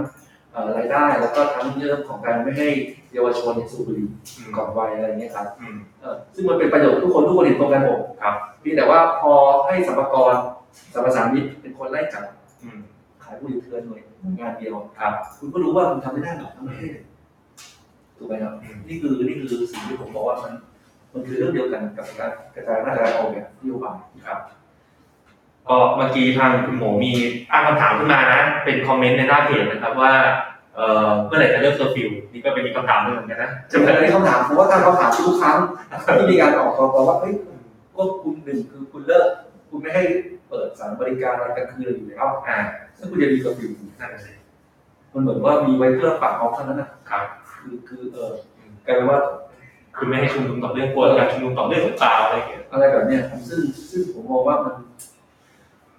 Speaker 7: เอ่อรายได้แล้วก็ทั้งเรื่องของการไม่ให้เยาวชนเนี่ยสูบบุหรี่
Speaker 6: อืม
Speaker 7: ก่อนวัยอะไรอย่างเงี้ยครับ
Speaker 6: อืม
Speaker 7: เอ่อซึ่งมันเป็นประโยชน์ทุกคนทุกคนเห็นตรงกันหมด
Speaker 6: ครับ
Speaker 7: เพียงแต่ว่าพอให้สรรพากรสรรพสามิตเป็นคนไล่จับ
Speaker 6: อืม
Speaker 7: ขายบุหรี่เถื่อนหน่วยงานเดียว
Speaker 6: ครับ
Speaker 7: คุณก็รู้ว่าคุณทำไม่ได้หรอกทั้งประเทศถูกไหมครับ
Speaker 6: อืม
Speaker 7: นี่คือนี่คือสิ่งที่ผมบอกว่ามันมันคือเรื่องเดียวกันกับการกระจายอำนาจการออกแบบนโยบาย
Speaker 6: ครับก็เมื่อกี้ทางคุณหมอมีตั้งคำถามขึ้นมานะ เป็นคอมเมนต์ในหน้าเพจนะครับว่าเอ่อเมื่อไหร่จะเลิกเคอร์ฟิวนี่ก็เป็นอีกคำถามหนึ่งเหมือนกันนะ
Speaker 7: จะเป็นอะไรที่คำถามผมว่าการคำถามทุกครั้งที่มีการออกกอกว่าเฮ้ยพวก็คุณหนึ่งคือคุณเลิกคุณไม่ให้เปิดสถานบริการอะไรกลางคืนอยู่แล้ว
Speaker 6: อ่า
Speaker 7: ซึ่งคุณจะมีกับอยู่
Speaker 6: นั่นน่ะสิ
Speaker 7: มันเหมือนว่ามีไว้เพื่อปากเอาเท่านั้นนะครับ คือคือเออกลายเป็นว่า
Speaker 6: คือไม่ให้ชุมนุมต่อเรื่องกลัวการชุมนุมต่อเรื่องหรือเปล่าอะไรอย่างเงี้ย
Speaker 7: อะไรแบบเนี้ยครับซึ่งซึ่งผมมองว่ามัน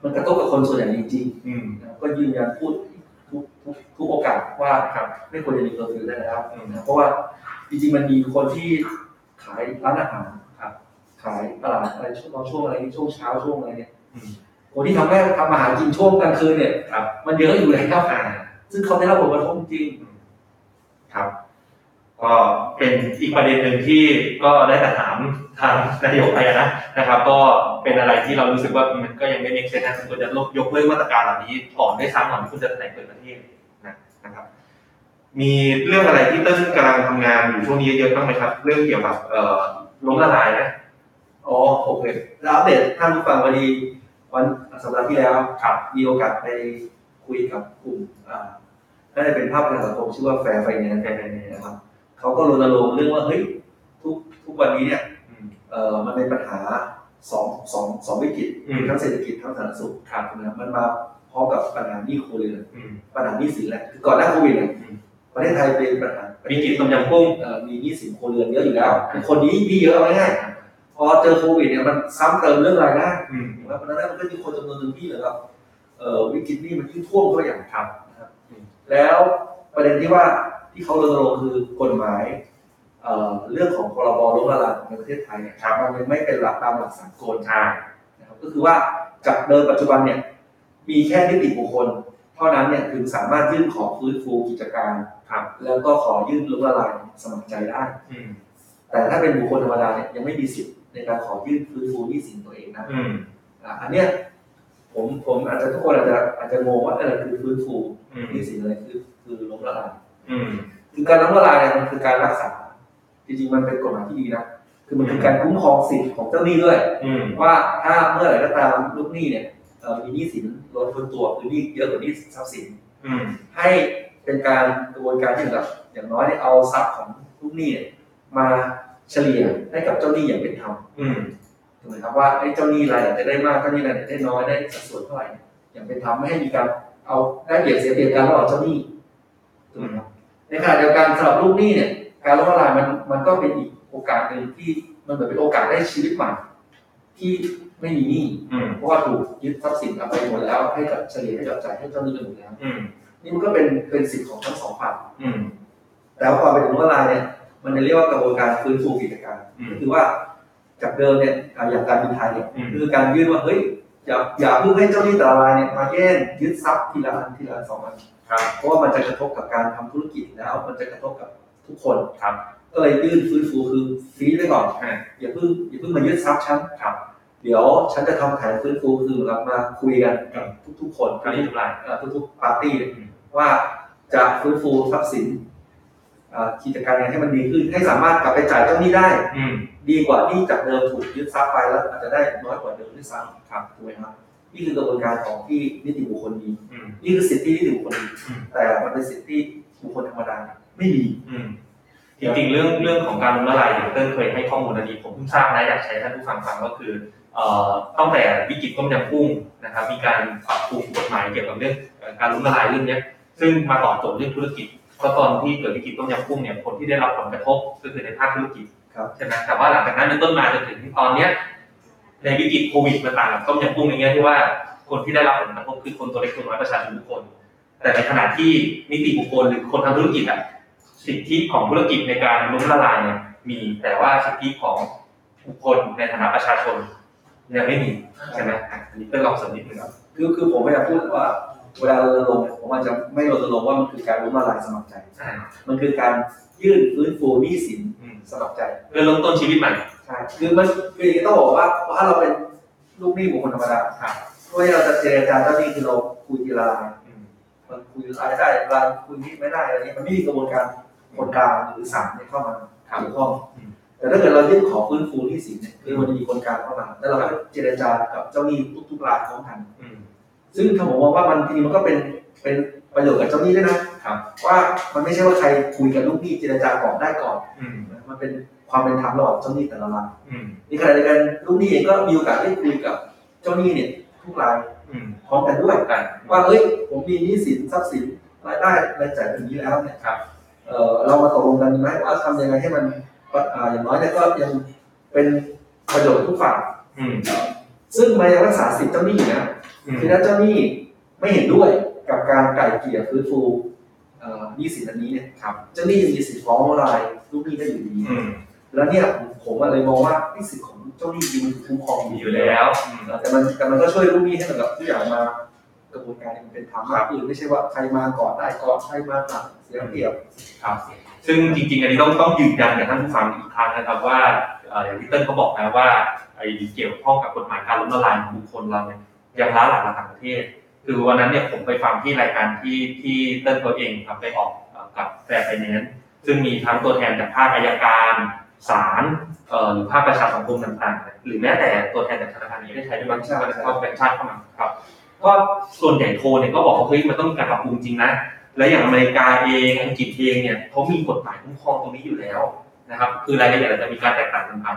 Speaker 7: มันกระทบกับคนส่วนใหญ่จริง
Speaker 6: อืม
Speaker 7: ๆนะก็ยืนยันพูดทุกทุกทุกโอกาสว่า
Speaker 6: ครับ
Speaker 7: ไม่ควรจะมีเคอร์ฟิวได้แล้ว
Speaker 6: อืม
Speaker 7: นะเพราะว่าจริงๆมันมีคนที่ขายร้านอาหาร
Speaker 6: ครับ
Speaker 7: ขายตลาดอะไรช่วงช่วงอะไรช่วงเช้าช่วงอะไรเนี่ย
Speaker 6: อืม
Speaker 7: คนที่ทำแม่ทำอาหารกินช่วงกลางคืนเนี่ย
Speaker 6: ครับ
Speaker 7: มันเยอะอยู่แล้ว
Speaker 6: อ่า
Speaker 7: ซึ่งเขาได้รับผลกระทบจริง
Speaker 6: ครับ ก็เป็นอีกประเด็นหนึ่งที่ก็ได้แต่ถามทางนายกไปนะนะครับ ก็เป็นอะไรที่เรารู้สึกว่ามันก็ยังไม่เมกเซนนะคุณควรจะลบยกเลิกมาตรการเหล่านี้ก่อนได้วยซ้ำก่อนที่คุณจะแถลงเปิดประเทศนะนะครับ มีเรื่องอะไรที่เติ้ลกำลังทำงานอยู่ช่วงนี้เยอะๆบ้างไหมครับ เรื่องเกี่ยวกับเอ่อล้มละลายนะ
Speaker 7: อ๋อโอเคแล้วอัปเดตท่านผู้ฟังพอดีวันสัปดาห์ที่แล้ว
Speaker 6: ครับ
Speaker 7: มีโอกาสไปคุยกับกลุ่มอ่าน่าจะเป็นภาพประชาสังคมชื่อว่าแฟร์ไฟแนนซ์นะครับเขาก็รณรงค์เรื่องว่าเฮ้ยทุกทุกวันนี้เนี่ย
Speaker 6: อืม
Speaker 7: เอ่อมันเป็นปัญหาสองสองสองวิกฤต
Speaker 6: อืม
Speaker 7: ทั้งเศรษฐกิจทั้งสาธารณสุข
Speaker 6: ครับ
Speaker 7: นะมันมาพร้อมกับปัญหาหนี้ครัวเรือน
Speaker 6: อืม
Speaker 7: ปัญหาหนี้สินแหละคือก่อนหน้าโควิดเนี่ย
Speaker 6: อืม
Speaker 7: ประเทศไทยเป็นปัญหา
Speaker 6: วิกฤตต้มยำกุ้ง
Speaker 7: เอ่อมีหนี้สินครัวเรือนเยอะอยู่แล้วคือคนนี้มีเยอะเอาง่ายๆพอเจอโควิดเนี่ยมันซ้ำเติมเรื่องรายได้
Speaker 6: อืม
Speaker 7: แล้วเพราะฉะนั้นมันก็มีคนจำนวนหนึ่งที่เหลือกับเอ่อวิกฤตหนี้มันยิ่งท่วมเข้าไปอย่าง
Speaker 6: ครับ
Speaker 7: นะครับ
Speaker 6: อืม
Speaker 7: แล้วประเด็นที่ว่าที่เขารณรงค์คือกฎหมายเอ่อเรื่องของพรบล้มละลายในประเทศไทยเนี่ยมันยังไม่เป็นหลักตามหลักสากล
Speaker 6: ใช่
Speaker 7: นะครับก็คือว่าจากเดิมปัจจุบันเนี่ยมีแค่นิติบุคคล เท่านั้นเนี่ยถึงสามารถยื่นขอฟื้นฟูกิจการ
Speaker 6: ครับ
Speaker 7: แล้วก็ขอยื่นล้มละลายสมัครใจได้
Speaker 6: อืม
Speaker 7: แต่ถ้าเป็นบุคคลธรรมดาเนี่ยยังไม่มีสิทธิ์ในการขอยื่นฟื้นฟูหนี้สินตัวเองนะ
Speaker 6: อืม
Speaker 7: อ่ะอันเนี้ยผมผมอาจจะทุกคนอาจจะอาจจะงงว่าอะไรคือฟื้นฟู
Speaker 6: อืม
Speaker 7: หนี้สินอะไรคือคือล้มละลาย
Speaker 6: อืม
Speaker 7: คือการล้มละลายเนี่ยมันคือการรักษา จริงๆมันเป็นกฎหมายที่ดีนะคือมันคือการคุ้มครองสิทธิ์ของเจ้าหนี้ด้วย
Speaker 6: อืม
Speaker 7: ว่าถ้าเมื่อไหร่ก็ตามลูกหนี้เนี่ยเอ่อมีหนี้สินล้นพ้นตัวคือหนี้เยอะกว่าหนี้ทรัพย์สิน
Speaker 6: อืม
Speaker 7: ให้เป็นการกระบวนการที่เหมือนกับอย่างน้อยเนี่ยเอาทรัพย์ของลูกหนี้เนี่ยมาเฉลี่ยให้กับเจ้าหนี้อย่างเป็นธรรม
Speaker 6: อืม
Speaker 7: ถูกไหมครับว่าไอ้เจ้าหนี้รายไหนจะได้มากเจ้าหนี้รายไหนจะได้น้อยได้สัดส่วนเท่าไหร่เนี่ยอย่างเป็นธรรมไม่ให้มีการเอาได้เปรียบเสียเปรียบกันระหว่างเจ้าหนี้ถูกไหมครับในขณะเดียวกันสำหรับลูกหนี้เนี่ยการล้มละลายมันมันก็เป็นอีกโอกาสหนึ่งที่มันเหมือนเป็นโอกาสได้ชีวิตใหม่ที่ไม่มีหนี้
Speaker 6: อืม
Speaker 7: เพราะว่าถูกยึดทรัพย์สินเอาไปหมดแล้วให้กับเฉลี่ยให้กับจ่ายให้เจ้าหนี้ไปหมดแล้ว
Speaker 6: อืม
Speaker 7: นี่มันก็เป็นเป็นสิทธิ์ของทั้งสองฝ่าย
Speaker 6: อืม
Speaker 7: แต่ว่าความเป็นล้มละลายเนี่ยมันจะเรียกว่ากระบวนการฟื้นฟูกิจการ
Speaker 6: อืม
Speaker 7: ก็คือว่าจากเดิมเนี่ยอ่าอย่างการบินไทยเนี่ย
Speaker 6: อืม
Speaker 7: คือการยื่นว่าเฮ้ยอย่าอย่าเพิ่งให้เจ้าหนี้แต่ละรายเนี่ยมาแย่งยึดทรัพย์ทีละอันทีละอันสองอัน
Speaker 6: ครับ
Speaker 7: เพราะว่ามันจะกระทบกับการทำธุรกิจแล้ว มันจะกระทบกับทุกคน
Speaker 6: ครับ
Speaker 7: ก็เลยยื่นฟื้นฟูคือฟรีไว้ก่อน
Speaker 6: อ่า
Speaker 7: อย่าเพิ่งอย่าเพิ่งมายึดทรัพย์ฉัน
Speaker 6: ครับ
Speaker 7: เดี๋ยวฉันจะทำแผนฟื้นฟูคือเรามาคุยกันกับทุกๆ คน
Speaker 6: ก็รีบทุกราย
Speaker 7: เอ่อทุกๆปาร์ตี้
Speaker 6: อืม
Speaker 7: ว่าจะฟื้นฟูทรัพย์สิน เอ่อกิจการงานให้มันดีขึ้นให้สามารถกลับไปจ่ายเจ้าหนี้ได้
Speaker 6: อืม
Speaker 7: ดีกว่าที่จากเดิมถูกยึดทรัพย์ไปแล้วอาจจะได้น้อยกว่าเดิมด้วยซ้ำครับถูกไหมครับนี่คือกระบวนการของที่นิติบุคคลมี
Speaker 6: อืม
Speaker 7: นี่คือสิทธินิติบุคคลมี
Speaker 6: อืม
Speaker 7: แต่มันเป็นสิทธิบุคคลธรรมดาไม่มี
Speaker 6: อืมจริงๆ เรื่องเรื่องของการล้มละลายอย่างเติ้ลเคยให้ข้อมูลอันนี้ผมเพิ่งทราบนะอยากใช้ท่านผู้ฟังฟังก็คือเอ่อตั้งแต่วิกฤตต้มยำกุ้งนะครับ มีการปรับปรุงกฎหมายเกี่ยวกับเรื่องเอ่อการล้มละลายเรื่องเนี้ย ซึ่งมาตอบโจทย์เรื่องธุรกิจเพราะตอนที่เกิดวิกฤตต้มยำกุ้งเนี่ยคนที่ได้รับผลกระทบก็คือในภาคธุรกิจ
Speaker 7: ครับ
Speaker 6: ใช่ไหมแต่ว่าหลังจากนั้นเป็นต้นมาจนถึงตอนเนี้ยในวิกฤตโควิดมันต่างกับต้มยำกุ้งในแง่ที่ว่า คนที่ได้รับผลกระทบคือคนตัวเล็กตัวน้อยประชาชนทุกคน แต่ในขณะที่นิติบุคคลหรือคนทำธุรกิจอะสิทธิของธุรกิจในการล้มละลายเนี่ยมีแต่ว่าสิทธิของบุคคลในฐานะประชาชนยังไม่มีใช่ไหมอ่ะอันนี้เป็นลองเสริมนิดนึงครับ
Speaker 7: คือคือผมพยายามพูดว่า เวลารณรงค์เนี่ยผมอาจจะไม่รณรงค์ว่ามันคือการล้มละลายสมัครใจ
Speaker 6: อ่า
Speaker 7: มันคือการยื่นฟื้นฟูหนี้สิน
Speaker 6: อืม
Speaker 7: สมัครใจ
Speaker 6: เพื่อเริ่มต้นชีวิตใหม่
Speaker 7: ใช่ คือมันคืออย่างนี้ต้องบอกว่าถ้าเราเป็นลูกหนี้บุคคลธรรมดา
Speaker 6: ครับ
Speaker 7: เมื่อเราจะเจรจาเจ้าหนี้คือเราคุยทีละราย
Speaker 6: อืม
Speaker 7: มันคุยรายได้รายคุยนี้ไม่ได้อะไรนี้มันไม่มีกระบวนการคนกลางหรือศาลเนี่ยเข้ามาเกี่ยวข้องแต่ถ้าเกิดเรายื่นขอฟื้นฟูหนี้สินเนี่ยคือมันจะมีคนกลางเข้ามา แล้วเราก็เจรจากับเจ้าหนี้ทุกๆรายพร้อมกัน
Speaker 6: อืม
Speaker 7: ซึ่งถ้าผมมองว่ามันทีนี้มันก็เป็นเป็นประโยชน์กับเจ้าหนี้ด้วยนะครับ ว่ามันไม่ใช่ว่าใครคุยกับลูกหนี้เจรจาก่อนได้ก่อน
Speaker 6: อืม
Speaker 7: มันเป็นความเป็นธรรมระหว่างเจ้าหนี้แต่ละราย
Speaker 6: อืม
Speaker 7: ในขณะเดียวกันลูกหนี้เองก็มีโอกาสได้คุยกับเจ้าหนี้เนี่ยทุกราย
Speaker 6: อืม
Speaker 7: พร้อมกันด้วย
Speaker 6: กัน
Speaker 7: ว่าเอ้ยผมมีหนี้สินทรัพย์สินรายได้รายจ่ายแบบนี้แล้วเนี่ย
Speaker 6: ครับ
Speaker 7: เออเรามาตกลงกันไหมว่าทำยังไงให้มันอ่าอย่างน้อยเนี่ยก็ยังเป็นประโยชน์ทุกฝ่าย
Speaker 6: อืม
Speaker 7: ซึ่งมันยังรักษาสิทธิเจ้าหนี้อยู่นะ
Speaker 6: อืม
Speaker 7: คือถ้าเจ้าหนี้ไม่เห็นด้วยกับการไกล่เกลี่ยฟื้นฟูเอ่อหนี้สินอันนี้เนี่ยครับเจ้าหนี้ยังมีสิทธิ์ฟ้องรายลูกหนี้ได้อยู่ดี
Speaker 6: อืม
Speaker 7: แล้วเนี่ยผมอะเลยมองว่าที่สิทธิ์ของเจ้าหนี้จริงๆมันถูกคุ้มครอง
Speaker 6: มี
Speaker 7: อ
Speaker 6: อยู่ ยู่
Speaker 7: แล้ว
Speaker 6: แล้วอืม
Speaker 7: แต่มันแต่มันก็ช่วยลูกหนี้ให้เหมือนกับทุกอย่างมากระบวนการมันเป็นธรรมมากขึ้นไม่ใช่ว่าใครมาก่อนได้ก่อนใครมาหลังเสียเปรียบ
Speaker 6: ครับซึ่งจริงๆ อันนี้ต้องต้องยืนยันกับท่านผู้ฟังอีกครั้งนะครับว่าเอ่ออย่างที่เติ้ลเขาบอกนะว่าไอ้เกี่ยวข้องกับกฎหมายการล้มละลายของบุคคลเราเนี่ยยังล้าหลังกับต่างประเทศ คือวันนั้นเนี่ยผมไปฟังที่รายการที่ที่เติ้ลตัวเองครับไปออกเอ่อกับแฟร์ไฟแนนซ์ซึ่งมีทั้งตัวแทนจากภาคอายการศาลเอ่อหรือภาคประชาสังคมต่างๆ หรือแม้แต่ตัวแทนจากธนาคารนี้ได้ใช้ด้วยมั้ง
Speaker 7: ใช่
Speaker 6: ที่มัน
Speaker 7: ใช่
Speaker 6: เข้าแบงค์ชาติเข้ามาครับก็ส่วนใหญ่โทรเนี่ยก็บอกว่าเฮ้ยมันต้องมีการปรับปรุงจริงนะ และอย่างอเมริกาเองอังกฤษเองเนี่ยเขามีกฎหมายคุ้มครองตรงนี้อยู่แล้วนะครับคือรายละเอียดอาจจะมีการแตกต่างกันไป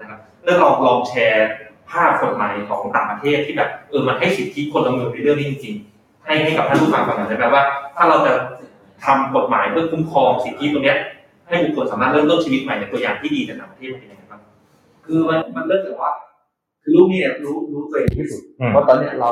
Speaker 6: นะครับเรื่องลองลองแชร์ภาพกฎหมายของต่างประเทศที่แบบเออมันให้สิทธิคนละเมืองในเรื่องนี้จริงๆให้ให้กับท่านผู้ฟังฟังหน่อยได้ไหมว่า ถ้าเราจะทำกฎหมายเพื่อคุ้มครองสิทธิตรงเนี้ยให้บุคคลสามารถเริ่มต้นชีวิตใหม่ในตัวอย่างที่ดีจากต่างประเทศมันเป็นยังไงบ้าง
Speaker 7: คือมันมันเริ่มจากว่า คือลูกหนี้เนี่ยรู้รู้ตัวเองที่สุด
Speaker 6: อืม
Speaker 7: เพราะตอนเนี้ยเรา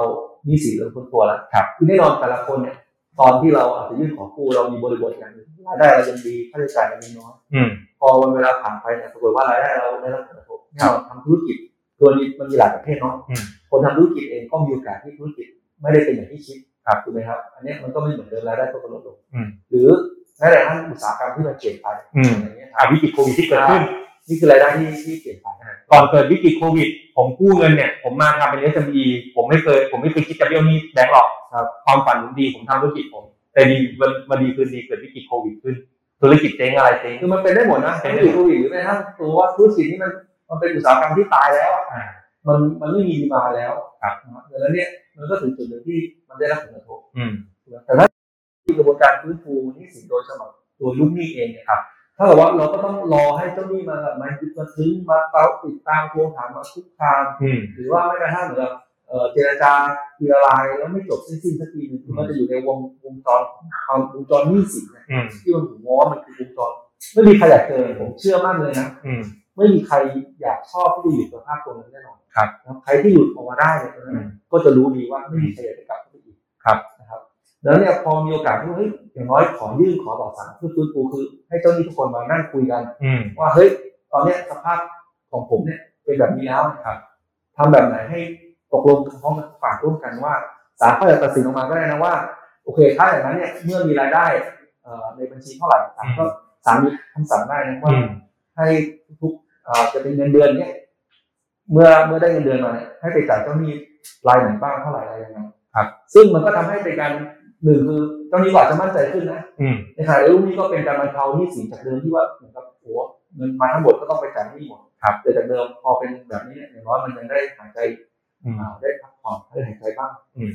Speaker 7: มีสิทธิ์เริ่มพ้นตัวแล้ว
Speaker 6: ครับ
Speaker 7: คือแน่นอนแต่ละคนเนี่ยตอนที่เราอาจจะยื่นขอกู้เรามีบริบทอย่างหนึ่งรายได้เรายังดีค่าใช้จ่ายเรายังน้อย
Speaker 6: อืม
Speaker 7: พอวันเวลาผ่านไปเนี่ยปรากฏว่ารายได้เราได้รับผลกระทบเราทำธุรกิจคือมันมีมันมีหลายประเภทเนาะ
Speaker 6: อืม
Speaker 7: คนทำธุรกิจเองก็มีโอกาสที่ธุรกิจไม่ได้เป็นอย่างที่คิดครับถูกไหมครับ อันเนี้ยมันก็ไม่เหมือนเดิมรายได้ก็ลดลง หรือแม้แต่ทั้งอุตสาหกรรมที่มันเปลี่ยนไป
Speaker 4: อืม
Speaker 7: อย่างเงี้ยค
Speaker 4: อา
Speaker 7: รับ
Speaker 4: วิกฤตโควิดที่เกิดขึ้น
Speaker 7: นี่คือรายได้ที่ที่เปลี่ยนไป
Speaker 4: ก่อนเกิดวิกฤตโควิด ผมกู้เงินเนี่ย ผมมาทำเป็น SME ผมไม่เคย ผมไม่เคยคิดจะเบี้ยวหนี้แบงก์หรอก
Speaker 7: ครับ
Speaker 4: ความฝันผมดีผมทำธุรกิจผม แต่ดีวันวันดีคืนดีเกิดวิกฤตโควิดขึ้น ธุรกิจเจ๊งอะไรเจ๊ง
Speaker 7: คือมันเป็นได้หมดนะ
Speaker 4: เป็น
Speaker 7: ทั้ง
Speaker 4: ได้
Speaker 7: ติดโควิดหรือแม้กระทั่งตัวว่าธุรกิจนี่มันมันเป็นอุตสาหกรรมที่ตายแล้วอะ
Speaker 4: อ่า
Speaker 7: มันมันไม่มีดีมาแล้ว
Speaker 4: ครับ
Speaker 7: นะฮะแล้วเนี่ยมันก็ถึงจุดหนึ่งที่มันได้รับผลกระทบ
Speaker 4: อืม
Speaker 7: แต่ถ้าที่กระบวนการฟื้นฟูหนี่สินโดยสมัครตัวลูกหนี้เองเนี่ยครับถ้าเราว่าเราก็ต้องรอให้เจ้าหนี้มาแบบมายึดมาซื้อมาเตาติดตามทวงถามมาคุกคาม
Speaker 4: อืม
Speaker 7: หรือว่าแม้กระทั่งเหมือนกับเอ่อเจรจาทีละรายแล้วไม่จบสิ้นสิ้นสักทีหนึงคือมันจะอยู่ในวงวงจรของความวงจรหนี้สินนะ
Speaker 4: อืม
Speaker 7: ที่มันผมมองว่ามันคือวงจรไม่มีใครอยากเจอผมเชื่อมั่นเลยนะ
Speaker 4: อืม
Speaker 7: ไม่มีใครอยากชอบที่จะอยู่กับภาพตรงนั้นแน่นอน
Speaker 4: ครับ
Speaker 7: นะใครที่หลุดออกมาได้เนี่ยนะ
Speaker 4: อืม
Speaker 7: ก็จะรู้ดีว่าไม่มีใครอยากจะกลับเข้าไปอีก
Speaker 4: ครับ
Speaker 7: นะครับแล้วเนี่ยพอมีโอกาสที่เฮ้ยอย่างน้อยขอยื่นขอต่อศาลเพื่อฟื้นฟูคือ ให้เจ้าหนี้ทุกคนมานั่งคุยกัน
Speaker 4: อืม
Speaker 7: ว่าเฮ้ยตอนเนี้ยสภาพของผมเนี่ยเป็นแบบนี้แล้วนะครับทำแบบไหนให้ตกลงกันพร้อมกันฝากร่วมกันว่าศาลก็จะตัดสินออกมาก็ได้นะว่าโอเคถ้าอย่างนั้นเนี่ยเมื่อมีรายได้เอ่อในบัญชีเท่าไหร่ศาลก็ศาลมีคำสั่งได้นะว่า
Speaker 4: อืม
Speaker 7: ให้ทุกๆเอ่อจะเป็นเงินเดือนเนี่ยเมื่อเมื่อได้เงินเดือนมาเนี่ยให้ไปจ่ายเจ้าหนี้รายไหนบ้างเท่าไหร่อะไรยังไง
Speaker 4: ครับ
Speaker 7: ซึ่งมันก็ทำให้เป็นการหนึ่งคือ เจ้าหนี้ก็อาจจะมั่นใจขึ้นนะ
Speaker 5: อืม
Speaker 7: ในขณะเดียวกันลูกหนี้ก็เป็นการบรรเทาหนี้สินจากเดิมที่ว่าเหมือนกับโหเงินมาทั้งหมดก็ต้องไปจ่ายหนี้หมด
Speaker 5: ครับ
Speaker 7: แต่จากเดิมพอเป็นแบบนี้เนี่ยอย่างน้อยมันยังได้หายใจ
Speaker 5: อืม
Speaker 7: อ่าได้พักผ่อนได้หายใจบ้าง
Speaker 5: อืม